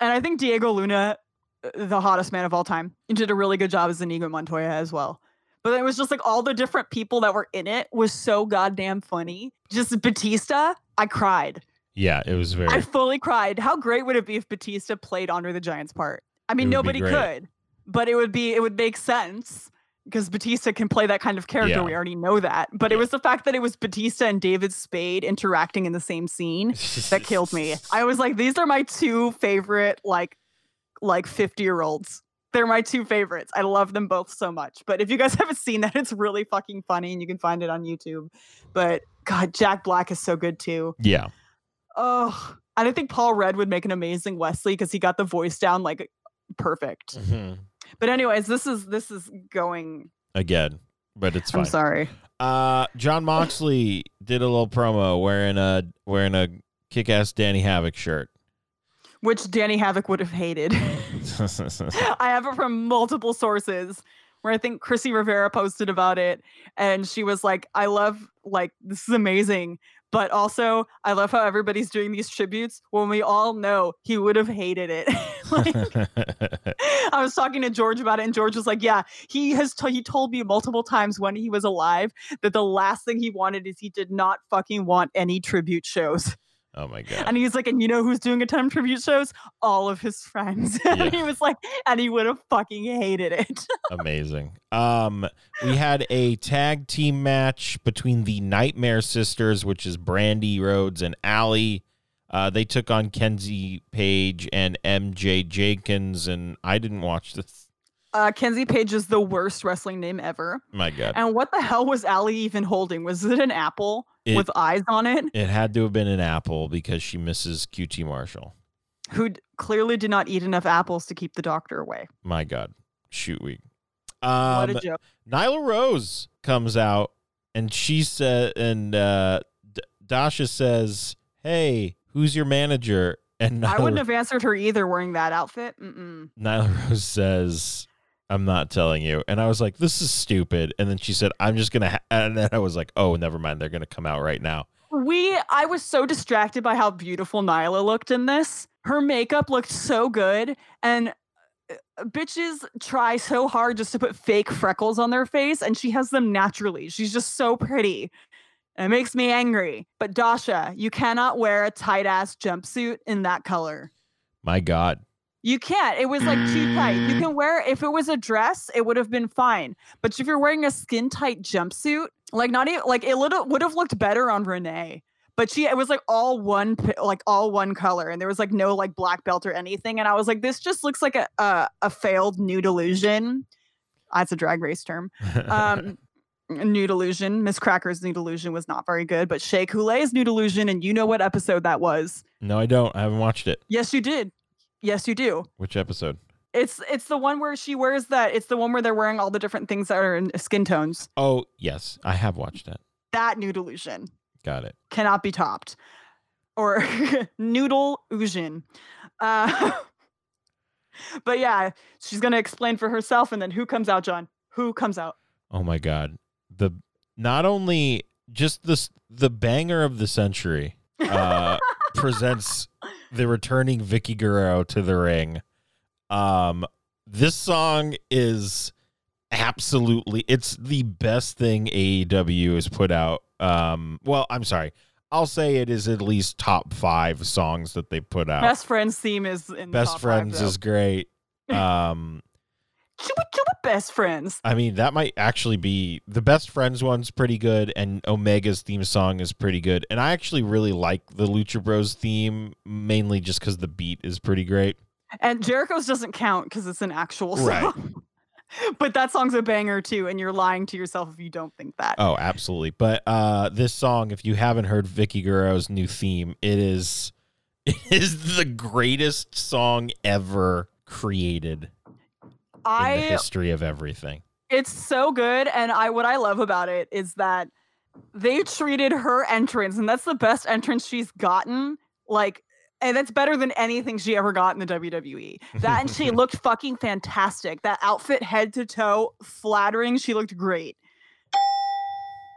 S4: and I think Diego Luna, uh, the hottest man of all time, did a really good job as Inigo Montoya as well. But it was just like all the different people that were in it was so goddamn funny. Just Batista, I cried.
S3: Yeah, it was very.
S4: I fully cried. How great would it be if Batista played Andre the Giant's part? I mean,
S3: would be
S4: nobody
S3: great.
S4: could, but it would be it would make sense because Batista can play that kind of character.
S3: Yeah.
S4: We already know that. But it
S3: Yeah.
S4: was the fact that it was Batista and David Spade interacting in the same scene that killed me. I was like, these are my two favorite like like 50 year olds. They're my two favorites. I love them both so much. But if you guys haven't seen that, it's really fucking funny and you can find it on YouTube. But God, Jack Black is so good too.
S3: yeah.
S4: Oh, and I think Paul Rudd would make an amazing Wesley because he got the voice down like perfect.
S3: Mhm.
S4: But anyways, this is this is going.
S3: Again, but it's fine.
S4: I'm sorry.
S3: Uh, John Moxley did a little promo wearing a wearing a kick-ass Danny Havoc shirt.
S4: Which Danny Havoc would have hated. I have it from multiple sources where I think Chrissy Rivera posted about it and she was like, I love like this is amazing. But also I love how everybody's doing these tributes when we all know he would have hated it. like, I was talking to George about it, and George was like, "Yeah, he has. T- he told me multiple times when he was alive that the last thing he wanted is he did not fucking want any tribute shows.
S3: oh my god.
S4: And he's like, and you know who's doing a ton of tribute shows? All of his friends. and
S3: Yeah.
S4: he was like, and he would have fucking hated it.
S3: Amazing. Um, we had a tag team match between the Nightmare Sisters, which is Brandy Rhodes and Allie. Uh, they took on Kenzie Page and MJ Jenkins, and I didn't watch this.
S4: uh, Kenzie Page is the worst wrestling name ever.
S3: My God,
S4: And what the hell was Allie even holding? Was it an apple
S3: It-
S4: with eyes on it?
S3: it had to have been an apple because she misses QT Marshall.
S4: Who d- clearly did not eat enough apples to keep the doctor away.
S3: My God, shoot week.
S4: What
S3: Um,
S4: a joke.
S3: Nyla Rose comes out and she said, and uh, D- Dasha says, "Hey, who's your manager?" And Nyla,
S4: I wouldn't have answered her either wearing that outfit. Mm-mm.
S3: Nyla Rose says, "I'm not telling you." And I was like, "This is stupid." And then she said, "I'm just gonna," ha-. and then I was like, "Oh, never mind. They're gonna come out right now."
S4: We, I was so distracted by how beautiful Nyla looked in this. Her makeup looked so good, and uh, bitches try so hard just to put fake freckles on their face and she has them naturally. She's just so pretty. And it makes me angry. But Dasha, you cannot wear a tight ass jumpsuit in that color.
S3: My God.
S4: You can't. It was like too tight. You can wear if it was a dress, it would have been fine. But if you're wearing a skin tight jumpsuit, like not even like it little would have looked better on Renee. But she it was like all one p- like all one color, and there was like no like black belt or anything. And I was like, this just looks like a a, a failed nude illusion. That's a drag race term. Um, nude illusion. Miss Cracker's nude illusion was not very good, but Shea Coulee's nude illusion, and you know what episode that was?
S3: no, I don't. I haven't watched it.
S4: Yes, you did. Yes, you do.
S3: Which episode?
S4: It's it's the one where she wears that. It's the one where they're wearing all the different things that are in skin tones.
S3: Oh, yes. I have watched it.
S4: That nude illusion
S3: Got it.
S4: cannot be topped, or noodle illusion. Uh, but yeah, she's gonna explain for herself, and then who comes out, John? Who comes out?
S3: Oh my god. The not only just this the banger of the century uh presents the returning Vicky Guerrero to the ring. Um this song is absolutely it's the best thing AEW has put out. Um well, I'm sorry. I'll say it is at least top 5 songs that they put out.
S4: Best friends theme is in the
S3: Best
S4: top five,
S3: Friends
S4: though.
S3: is great. Um
S4: Chupa chupa best friends.
S3: I mean, that might actually be the best friends one's pretty good, and Omega's theme song is pretty good. And I actually really like the Lucha Bros theme, mainly just because the beat is pretty great.
S4: And Jericho's doesn't count because it's an actual song.
S3: Right.
S4: but that song's a banger too, and you're lying to yourself if you don't think that.
S3: Oh, absolutely. But uh, this song, if you haven't heard Vicky Guerrero's new theme, it is it is the greatest song ever created in the
S4: I
S3: history of everything.
S4: it's so good and i what i love about it is that they treated her entrance and that's the best entrance she's gotten like and that's better than anything she ever got in the WWE. That and she looked fucking fantastic. That outfit head to toe, flattering. She looked great.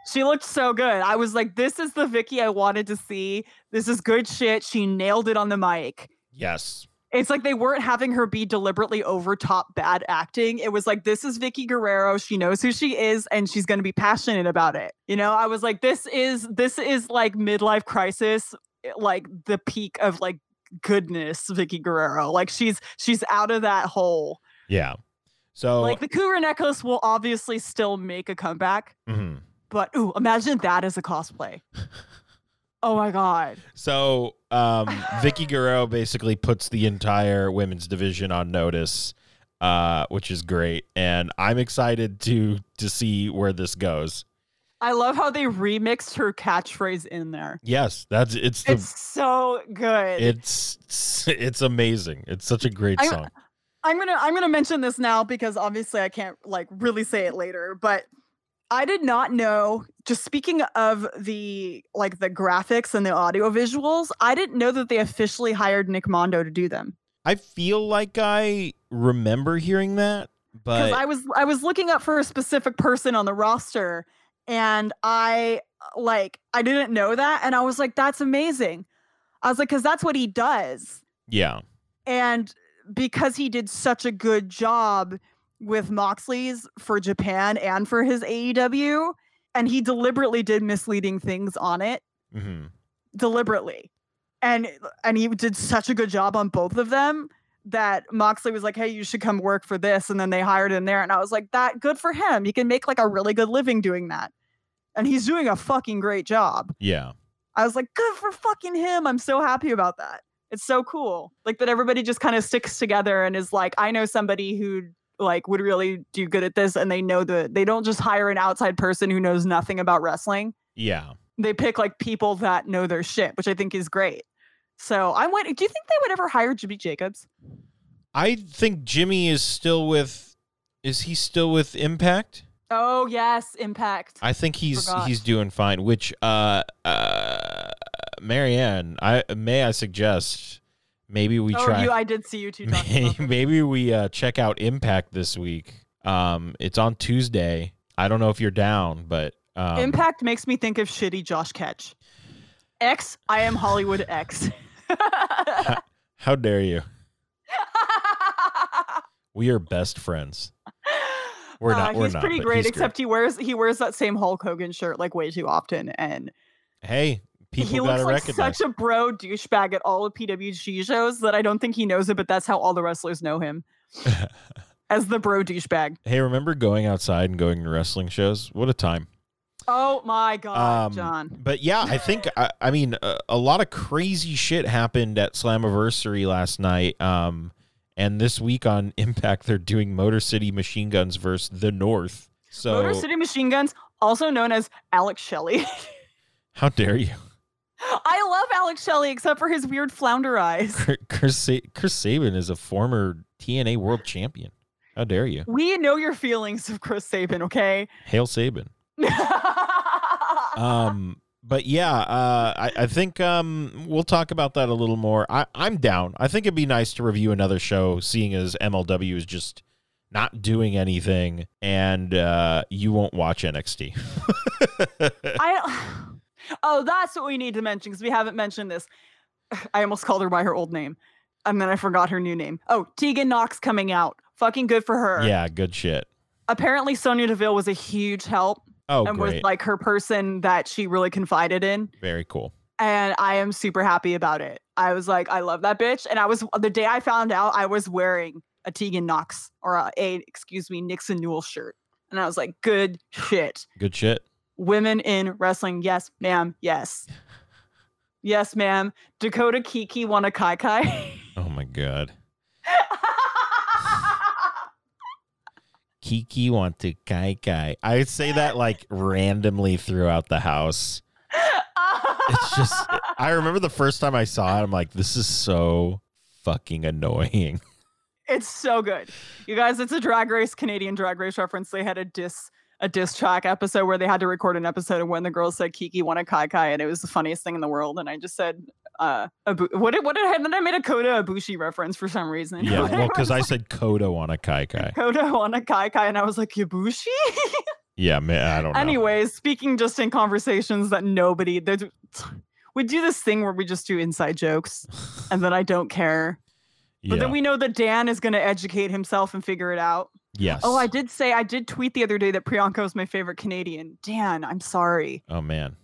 S4: She looked so good. I was like, this is the Vicky I wanted to see. This is good shit. She nailed it on the mic.
S3: Yes.
S4: It's like they weren't having her be deliberately over top bad acting. It was like this is Vicky Guerrero. She knows who she is and she's going to be passionate about it. You know, I was like this is this is like midlife crisis like the peak of like goodness Vicky Guerrero. Like she's she's out of that hole.
S3: Yeah. So
S4: Like the Kura necklace will obviously still make a comeback,
S3: mhm.
S4: but ooh, imagine that as a cosplay. oh my god.
S3: So um, Vicky Guerrero basically puts the entire women's division on notice, uh, which is great, and I'm excited to to see where this goes.
S4: I love how they remixed her catchphrase in there.
S3: Yes, that's it's the
S4: It's so good.
S3: it's it's, amazing. It's such a great
S4: I-
S3: song.
S4: I'm gonna I'm gonna mention this now because obviously I can't like really say it later, but I did not know. Just speaking of the like the graphics and the audio visuals, I didn't know that they officially hired Nick Mondo to do them
S3: I feel like I remember hearing that,
S4: because
S3: but
S4: I was I was looking up for a specific person on the roster, and I like I didn't know that, and I was like, that's amazing. I was like, because that's what he does.
S3: yeah,
S4: And because he did such a good job with Moxley's for Japan and for his AEW, and he deliberately did misleading things on it,
S3: hmm
S4: deliberately. And and he did such a good job on both of them that Moxley was like, "Hey, you should come work for this." And then they hired him there, and I was like, "That good for him. He can make like a really good living doing that." And he's doing a fucking great job.
S3: yeah,
S4: I was like, good for fucking him. I'm so happy about that. It's so cool. Like that everybody just kind of sticks together and is like, I know somebody who like would really do good at this and they know that they don't just hire an outside person who knows nothing about wrestling.
S3: yeah.
S4: They pick like people that know their shit, which I think is great. So I went, do you think they would ever hire Jimmy Jacobs?
S3: I think Jimmy is still with. Is he still with Impact?
S4: Oh yes, impact.
S3: I think he's
S4: Forgot.
S3: he's doing fine. Which, uh, uh, Marianne, I may I suggest maybe we
S4: oh
S3: try.
S4: you I did see you two talking about
S3: maybe,
S4: them.
S3: maybe we uh, check out Impact this week. Um, it's on Tuesday. I don't know if you're down, but um,
S4: Impact makes me think of shitty Josh Ketch. X, I am Hollywood X.
S3: How dare you? We are best friends. We're not- we're
S4: Uh, he's
S3: not,
S4: pretty
S3: but
S4: great,
S3: he's great.
S4: except he wears he wears that same Hulk Hogan shirt like way too often, and
S3: Hey, people
S4: he
S3: gotta
S4: looks like
S3: recognize.
S4: such a bro douchebag at all of PWG shows that I don't think he knows it, but that's how all the wrestlers know him as the bro douchebag.
S3: hey, remember going outside and going to wrestling shows? What a time!
S4: Oh my god,
S3: Um,
S4: John!
S3: But yeah, I think I, I mean a, a lot of crazy shit happened at Slammiversary last night. Um, and this week on Impact, they're doing Motor City Machine Guns versus the North. So
S4: Motor City Machine Guns, also known as Alex Shelley.
S3: how dare you?
S4: I love Alex Shelley except for his weird flounder eyes.
S3: Chris, Sa- Chris Sabin is a former TNA World Champion. How dare you?
S4: We know your feelings of Chris Sabin, okay?
S3: Hail Sabin. um but yeah uh I, I think um we'll talk about that a little more i i'm down i think it'd be nice to review another show seeing as mlw is just not doing anything and uh you won't watch nxt
S4: I oh, that's what we need to mention because we haven't mentioned this. I almost called her by her old name, and then I forgot her new name. Oh, Tegan Knox coming out. Fucking good for her.
S3: yeah good shit
S4: Apparently, Sonya Deville was a huge help
S3: oh
S4: and was
S3: great
S4: like her person that she really confided in,
S3: very cool
S4: and I am super happy about it. I was like, I love that bitch, and I was the day I found out I was wearing a Tegan Knox or a, a excuse me Nixon Newell shirt, and I was like, good shit
S3: good shit
S4: women in wrestling. Yes, ma'am. Yes. Yes, ma'am. Dakota Kiki won a Kai Kai.
S3: oh my god kiki want to kai kai i say that like randomly throughout the house it's just i remember the first time i saw it i'm like this is so fucking annoying
S4: it's so good. You guys, it's a drag race, Canadian drag race reference. They had a diss a diss track episode where they had to record an episode of when the girls said Kiki won a Kai Kai and it was the funniest thing in the world. And I just said uh Abu- what did what did I then I made a Kota Ibushi reference for some reason.
S3: Yeah, well,
S4: Everyone's
S3: because I
S4: like,
S3: said Kodo on a Kai Kai.
S4: Kota won a Kai Kai and I was like, Ibushi?
S3: Yeah, man, I don't know.
S4: Anyways, speaking just in conversations that nobody, there's- we do this thing where we just do inside jokes, and then I don't care. But
S3: yeah.
S4: then we know that Dan is going to educate himself and figure it out.
S3: yes.
S4: Oh, I did say I did tweet the other day that Priyanka was my favorite Canadian. Dan, I'm sorry.
S3: Oh man,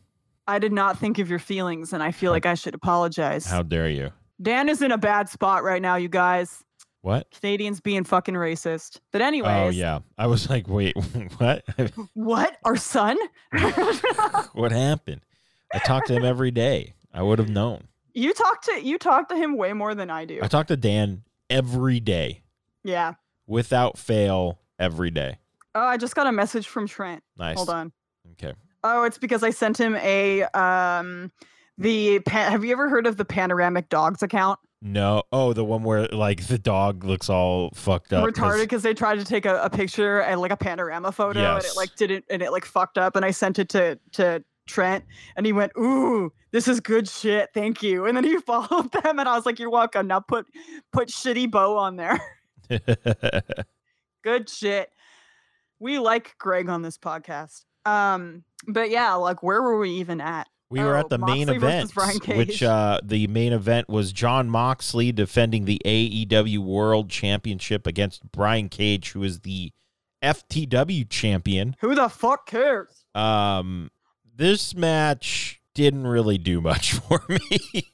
S4: I did not think of your feelings, and I feel
S3: How-
S4: like I should apologize.
S3: how dare you?
S4: Dan is in a bad spot right now, you guys.
S3: What?
S4: Canadians being fucking racist. But anyways,
S3: Oh yeah, I was like, wait, what?
S4: what? Our son?
S3: what happened? I talk to him every day. I would have known.
S4: you talk to you talk to him way more than I do.
S3: I talk to Dan every day,
S4: yeah.
S3: without fail, every day.
S4: Oh, I just got a message from Trent.
S3: Nice.
S4: Hold on.
S3: Okay.
S4: Oh, it's because I sent him a um the pan- have you ever heard of the panoramic dogs account?
S3: No. Oh, the one where like the dog looks all fucked up. 'cause-
S4: Retarded because they tried to take a, a picture and like a panorama photo and
S3: Yes.
S4: it like didn't and it like fucked up and I sent it to to Trent and he went, "Ooh, this is good shit. Thank you." And then he followed them and I was like, "You're welcome. Now put put shitty bow on there. good shit. We like Greg on this podcast." Um but yeah, like where were we even at?
S3: We were
S4: Oh,
S3: at the main
S4: Moxley versus
S3: event,
S4: Brian Cage.
S3: which uh, the main event was John Moxley defending the AEW World Championship against Brian Cage, who is the FTW champion.
S4: Who the fuck cares?
S3: Um, this match didn't really do much for me.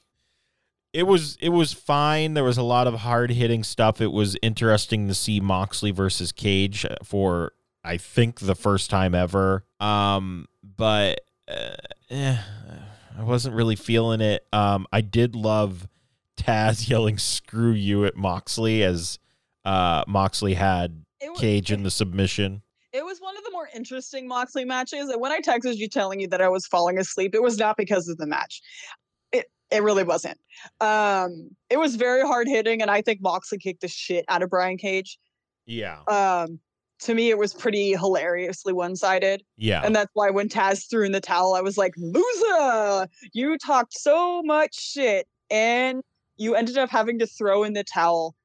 S3: it was it was fine. There was a lot of hard hitting stuff. It was interesting to see Moxley versus Cage for I think the first time ever. Um, but uh, eh, I wasn't really feeling it. Um, I did love Taz yelling "Screw you" at Moxley as uh, Moxley had
S4: It was,
S3: Cage in the submission.
S4: it was one of the more interesting Moxley matches. And when I texted you telling you that I was falling asleep, it was not because of the match. It it really wasn't. Um, it was very hard hitting, and I think Moxley kicked the shit out of Brian Cage.
S3: Yeah,
S4: Um, to me, it was pretty hilariously one sided,
S3: yeah,
S4: and that's why when Taz threw in the towel, I was like, "Loser, you talked so much shit, and you ended up having to throw in the towel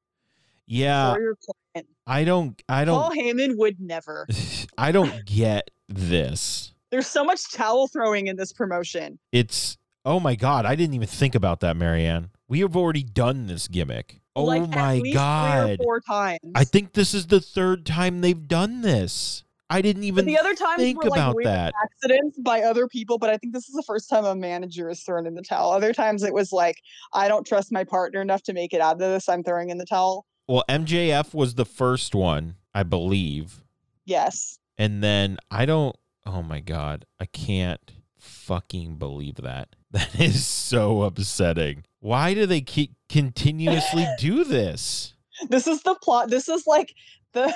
S3: yeah.
S4: for your."
S3: Uh, I don't, I
S4: Paul
S3: don't,
S4: Heyman would never.
S3: I don't get this.
S4: There's so much towel throwing in this promotion.
S3: It's oh my god, I didn't even think about that, Marianne. We have already done this gimmick. Oh
S4: like, at
S3: my
S4: least three or
S3: god.
S4: four times.
S3: I think this is the third time they've done this. I didn't
S4: But
S3: even
S4: the other times
S3: think
S4: were like
S3: about
S4: weird
S3: that.
S4: accidents by other people, but I think this is the first time a manager is thrown in the towel. Other times it was like, I don't trust my partner enough to make it out of this. I'm throwing in the towel.
S3: Well, MJF was the first one, I believe.
S4: Yes.
S3: And then I don't oh my god, I can't fucking believe that. That is so upsetting. Why do they keep continuously do this?
S4: This is the plot. This is like the.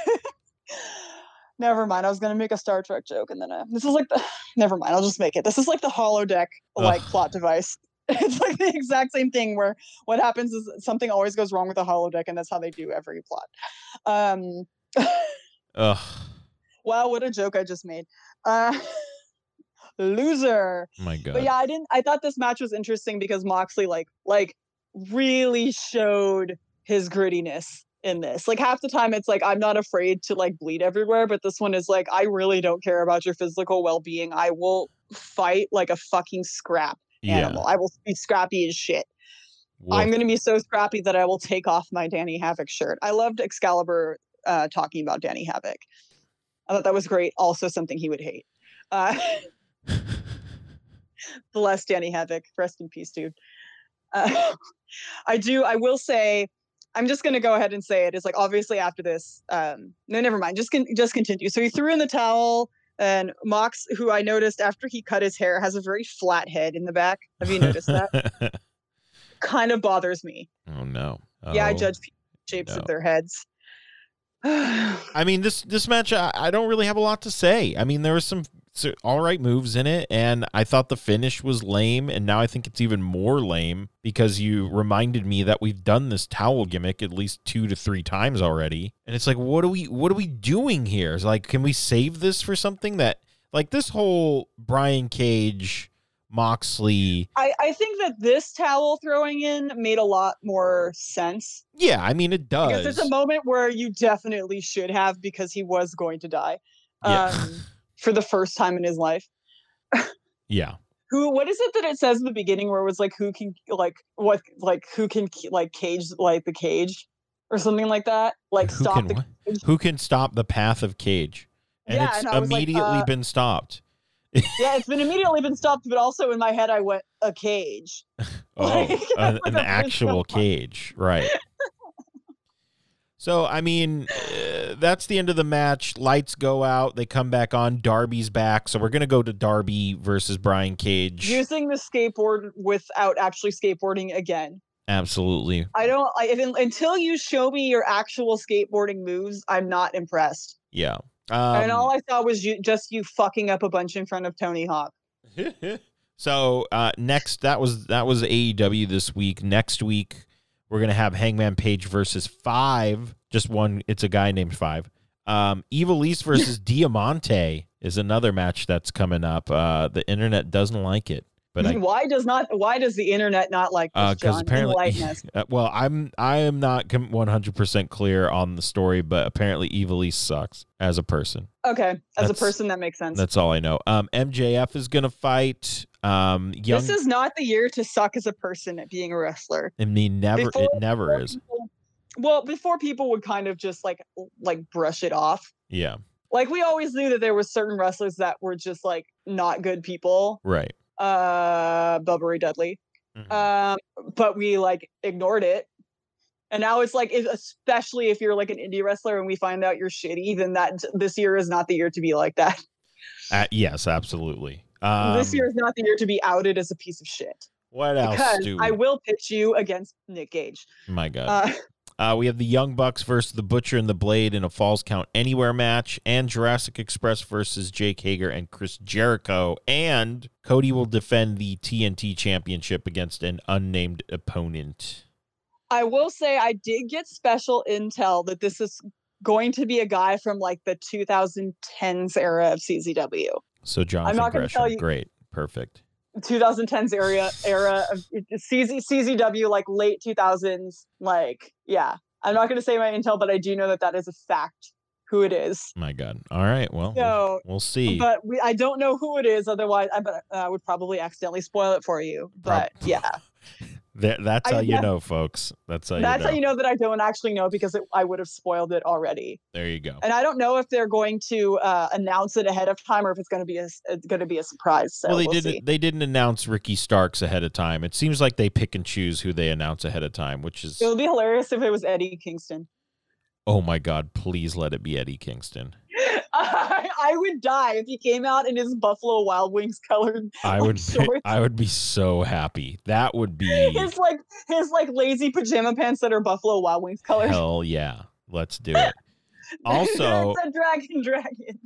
S4: Never mind. I was gonna make a Star Trek joke, and then uh, this is like the. Never mind. I'll just make it. This is like the holodeck like
S3: Ugh.
S4: plot device. It's like the exact same thing where what happens is something always goes wrong with the holodeck, and that's how they do every plot. Um,
S3: Ugh.
S4: wow, what a joke I just made. Uh, loser.
S3: My god.
S4: But yeah, I didn't. I thought this match was interesting because Moxley like like really showed his grittiness in this. Like half the time, it's like I'm not afraid to like bleed everywhere, but this one is like I really don't care about your physical well being. I will fight like a fucking scrap animal. I will be scrappy as shit. I'm
S3: Woof.
S4: going to be so scrappy that I will take off my Danny Havoc shirt. I loved Excalibur uh, talking about Danny Havoc. I thought that was great. Also, something he would hate. Uh, bless Danny Havoc. Rest in peace, dude. Uh, I do. I will say. I'm just going to go ahead and say it. It's like obviously after this. Um, no, never mind. Just con- just continue. So he threw in the towel, and Mox, who I noticed after he cut his hair, has a very flat head in the back. Have you noticed that? kind of bothers me.
S3: oh no.
S4: Yeah, I
S3: Oh.
S4: judge people shapes
S3: no.
S4: of their heads. yeah,
S3: I mean, this this match, I, I don't really have a lot to say. I mean, there was some s- all right moves in it, and I thought the finish was lame, and now I think it's even more lame because you reminded me that we've done this towel gimmick at least two to three times already, and it's like, what are we what are we doing here? It's like, can we save this for something that like this whole Brian Cage Moxley?
S4: I, I think that this towel throwing in made a lot more sense
S3: Yeah, I mean, it
S4: because
S3: does.
S4: there's a moment where you definitely should have because he was going to die
S3: Yeah.
S4: um, for the first time in his life.
S3: yeah,
S4: Who? What is it that it says in the beginning where it was like who can like what like who can like cage like the cage or something like that? Like
S3: who
S4: stop
S3: can
S4: the
S3: what? who can stop the path of Cage? And
S4: Yeah,
S3: it's
S4: and I was like,
S3: immediately
S4: uh,
S3: been stopped.
S4: yeah. It's been immediately been stopped, but also in my head I went a cage.
S3: Oh,
S4: Like,
S3: an,
S4: like
S3: an
S4: a
S3: actual
S4: visual.
S3: cage, right? So I mean, uh, that's the end of the match. Lights go out. They come back on. Darby's back. So we're gonna go to Darby versus Brian Cage.
S4: using the skateboard without actually skateboarding again.
S3: Absolutely.
S4: I don't. I un- until you show me your actual skateboarding moves, I'm not impressed.
S3: Yeah.
S4: and
S3: Um,
S4: all I saw was you just you fucking up a bunch in front of Tony Hawk.
S3: so uh, next, that was that was AEW this week. Next week, we're gonna have Hangman Page versus Five. Just one. It's a guy named Five. Um, Evil East versus Diamante is another match that's coming up. Uh, the internet doesn't like it, but I
S4: why does not? Why does the internet not like this?
S3: because
S4: John?
S3: apparently,
S4: Enlighten us.
S3: Uh, well, I'm I am not one hundred percent clear on the story, but apparently Evil East sucks as a person.
S4: okay, as a
S3: that's-
S4: person, that makes sense.
S3: That's all I know. Um, MJF is gonna fight. Um, young.
S4: This is not the year to suck as a person at being a wrestler.
S3: I mean, never
S4: Before-
S3: it never
S4: Before
S3: is.
S4: people- Well, before people would kind of just like l- like brush it off.
S3: Yeah,
S4: Like we always knew that there were certain wrestlers that were just like not good people,
S3: right.
S4: uh Bubbery Dudley.
S3: Mhm.
S4: Um, but we like ignored it. And now it's like, if, especially if you're like an indie wrestler and we find out you're shitty, then that this year is not the year to be like that.
S3: Uh, yes, absolutely. Um,
S4: this year is not the year to be outed as a piece of shit.
S3: what else?
S4: Because
S3: Do
S4: I
S3: we-
S4: will pitch you against Nick Gage.
S3: my God,
S4: Uh,
S3: uh, we have the Young Bucks versus the Butcher and the Blade in a Falls Count Anywhere match, and Jurassic Express versus Jake Hager and Chris Jericho, and Cody will defend the TNT Championship against an unnamed opponent.
S4: I will say I did get special intel that this is going to be a guy from like the 2010s era of CZW.
S3: So Jonathan
S4: not gonna
S3: Gresham,
S4: tell you-
S3: great, perfect.
S4: 2010s area era of CZ, CZW like late 2000s like yeah I'm not going to say my intel but I do know that that is a fact who it is
S3: My God. All right. Well, we'll-
S4: so
S3: we'll see.
S4: but we, I don't know who it is otherwise I, but I would probably accidentally spoil it for you
S3: Prob-
S4: but yeah
S3: That, that's
S4: I
S3: how you
S4: def-
S3: know, folks. That's how
S4: That's
S3: you know.
S4: how you know that I don't actually know because it, I would have spoiled it already.
S3: There you go.
S4: And I don't know if they're going to uh, announce it ahead of time or if it's going to be a s- it's going to be a surprise. So
S3: well, they
S4: we'll
S3: didn't.
S4: see.
S3: They didn't announce Ricky Starks ahead of time. It seems like they pick and choose who they announce ahead of time, which is
S4: It would be hilarious if it was Eddie Kingston.
S3: oh my god! Please let it be Eddie Kingston.
S4: I, would die if he came out in his Buffalo Wild Wings colored.
S3: I
S4: Oh,
S3: would. Be,
S4: shorts.
S3: I would be so happy. That would be
S4: His like his like lazy pajama pants that are Buffalo Wild Wings colored.
S3: hell yeah. Let's do it. Also,
S4: it's a dragon, dragon.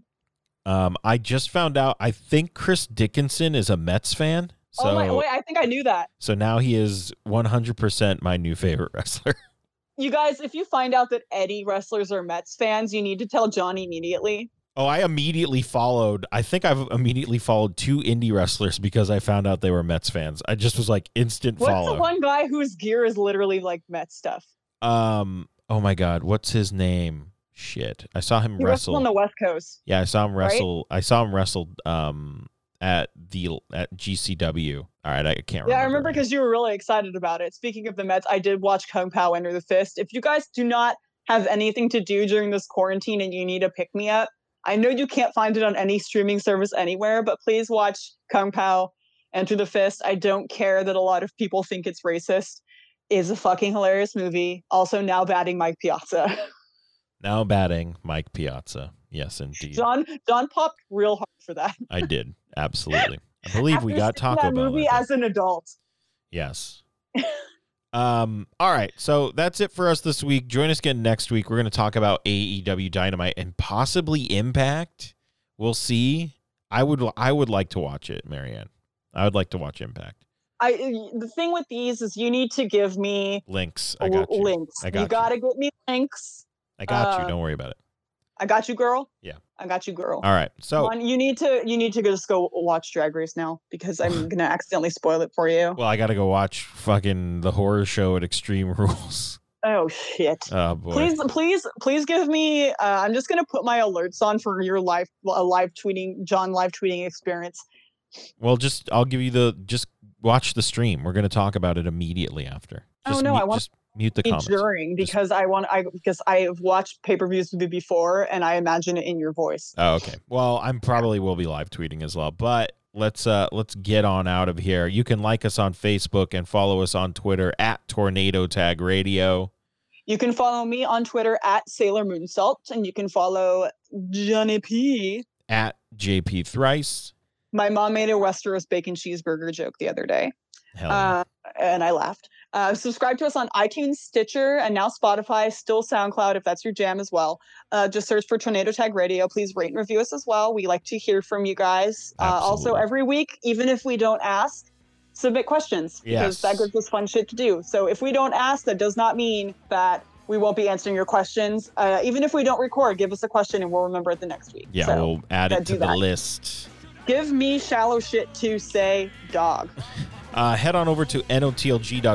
S3: um, I just found out. I think Chris Dickinson is a Mets fan. So
S4: oh my! Wait, I think I knew that.
S3: So now he is 100% my new favorite wrestler.
S4: You guys, if you find out that Eddie wrestlers are Mets fans, you need to tell Johnny immediately.
S3: Oh, I immediately followed. I think I've immediately followed two indie wrestlers because I found out they were Mets fans. I just was like instant
S4: What's
S3: follow.
S4: the one guy whose gear is literally like Mets stuff?
S3: um, oh my god, what's his name? Shit. I saw him
S4: He
S3: wrestle.
S4: wrestled on the West Coast.
S3: yeah, I saw him
S4: right?
S3: wrestle. I saw him wrestle um at the at GCW. All right, I can't remember.
S4: Yeah, I remember
S3: right
S4: because you were really excited about it. Speaking of the Mets, I did watch Kung Pao enter the fist. If you guys do not have anything to do during this quarantine and you need a pick me up, I know you can't find it on any streaming service anywhere, but please watch Kung Pao enter the fist. I don't care that a lot of people think it's racist. It Is a fucking hilarious movie. Also now batting Mike Piazza.
S3: now batting Mike Piazza. Yes, indeed.
S4: John John popped real hard for that.
S3: I did. Absolutely. I believe we
S4: After
S3: got
S4: seeing
S3: Taco
S4: that
S3: Bell. I
S4: movie
S3: think.
S4: as an adult.
S3: Yes. um. All right. So that's it for us this week. Join us again next week. We're going to talk about AEW Dynamite and possibly Impact. We'll see. I would. I would like to watch it, Marianne. I would like to watch Impact.
S4: I the thing with these is you need to give me
S3: Links. I got you.
S4: links.
S3: I got you.
S4: you gotta get me links.
S3: I got you.
S4: uh,
S3: Don't worry about it.
S4: I got you, girl.
S3: Yeah.
S4: I got you, girl.
S3: All right. So.
S4: Mon, you need to you need to just go watch Drag Race now because I'm gonna accidentally spoil it for you.
S3: Well, I got to go watch fucking the horror show at Extreme Rules.
S4: Oh shit.
S3: Oh boy.
S4: Please, please, please give me. Uh, I'm just gonna put my alerts on for your live, a live tweeting, John live tweeting experience.
S3: Well, just I'll give you the just watch the stream. We're going to talk about it immediately after.
S4: Oh,
S3: Just
S4: no, I
S3: mute-
S4: want
S3: just mute the
S4: Be
S3: comments.
S4: during
S3: Just-
S4: because I want, I because I have watched pay per views with you before, and I imagine it in your voice.
S3: Oh, okay. Well, I'm probably will be live tweeting as well, but let's uh let's get on out of here. You can like us on Facebook and follow us on Twitter at Tornado Tag Radio.
S4: You can follow me on Twitter at Sailor Moon Salt, and you can follow Johnny P.
S3: At JP Thrice.
S4: My mom made a Westeros bacon cheeseburger joke the other day,
S3: Hell yeah.
S4: uh, and I laughed. Uh, subscribe to us on iTunes, Stitcher, and now Spotify, still SoundCloud if that's your jam as well. Uh, just search for Tornado Tag Radio. Please rate and review us as well. We like to hear from you guys. Uh, also,
S3: Absolutely.
S4: every week, even if we don't ask, submit questions because that
S3: Yes.
S4: gives us fun shit to do. So if we don't ask, that does not mean that we won't be answering your questions. Uh, even if we don't record, give us a question and we'll remember it the next week.
S3: yeah,
S4: So
S3: we'll add
S4: yeah,
S3: it to
S4: do
S3: the
S4: that.
S3: list.
S4: give me shallow shit to say dog.
S3: Uh, head on over to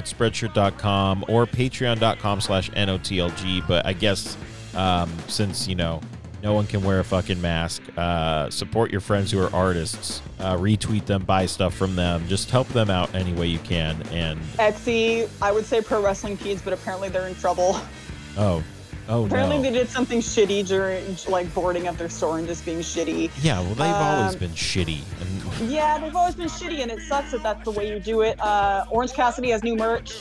S3: notlg.spreadshirt.com or patreon.com slash notlg. But I guess um, since, you know, no one can wear a fucking mask, uh, support your friends who are artists, uh, retweet them, buy stuff from them, just help them out any way you can. And
S4: Etsy, I would say pro wrestling kids, but apparently they're in trouble.
S3: oh, oh
S4: apparently
S3: no.
S4: they did something shitty during like boarding up their store and just being shitty.
S3: yeah, well, they've always
S4: Um,
S3: been shitty. And
S4: Yeah, they've always been shitty, and it sucks that that's the way you do it. Uh, Orange Cassidy has new merch.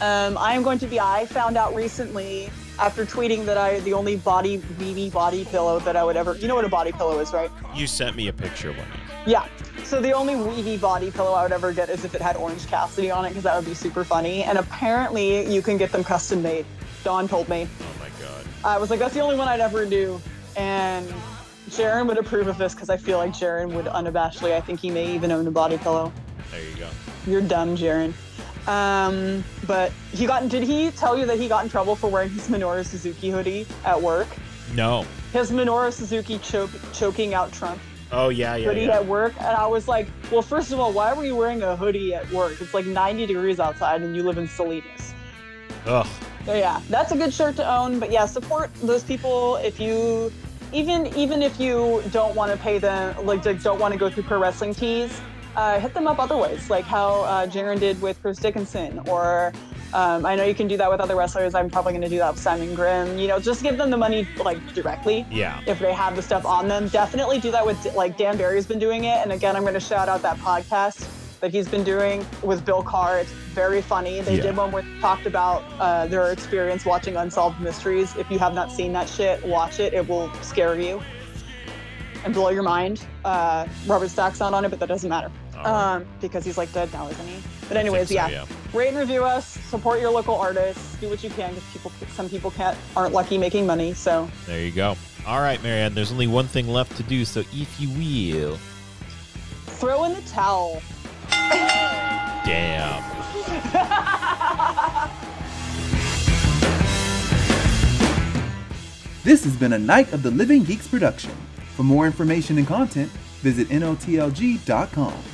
S4: Um, I am going to be. I found out recently after tweeting that I the only body BB body pillow that I would ever. You know what a body pillow is, right?
S3: you sent me a picture one night.
S4: Yeah. So the only weeby body pillow I would ever get is if it had Orange Cassidy on it, because that would be super funny. And apparently, you can get them custom made. Dawn told me.
S3: Oh my God.
S4: I was like, that's the only one I'd ever do. And Jaron would approve of this because I feel like Jaron would unabashedly. I think he may even own a body pillow.
S3: There you go.
S4: You're dumb, Jaron. Um, but he got. Did he tell you that he got in trouble for wearing his Minoru Suzuki hoodie at work?
S3: No.
S4: His Minoru Suzuki choke, choking out Trump
S3: Oh, yeah, yeah.
S4: hoodie
S3: yeah.
S4: at work, and I was like, "Well, first of all, why were you wearing a hoodie at work? It's like 90 degrees outside, and you live in Salinas."
S3: Ugh.
S4: So yeah, that's a good shirt to own. But yeah, support those people if you, even even if you don't want to pay them, like, like, don't want to go through pro wrestling tees. uh, hit them up other ways, like how uh, Jaren did with Bruce Dickinson, or um, I know you can do that with other wrestlers. I'm probably going to do that with Simon Grimm. You know, just give them the money like directly
S3: Yeah.
S4: if they have the stuff on them. Definitely do that with like Dan Barry's been doing it. And again, I'm going to shout out that podcast that he's been doing with Bill Carr. It's very funny. They
S3: Yeah.
S4: did one where they talked about uh, their experience watching Unsolved Mysteries. If you have not seen that shit, watch it. It will scare you and blow your mind. Uh, Robert Stack's not on it, but that doesn't matter um, because he's like dead now, isn't he? But anyways, yeah. rate and review us. Support your local artists. Do what you can because people, some people can't aren't lucky making money. So
S3: There you go. All right, Marianne, there's only one thing left to do, so if you will,
S4: throw in the towel.
S3: damn.
S1: This has been a Night of the Living Geeks production. For more information and content, visit NOTLG.com.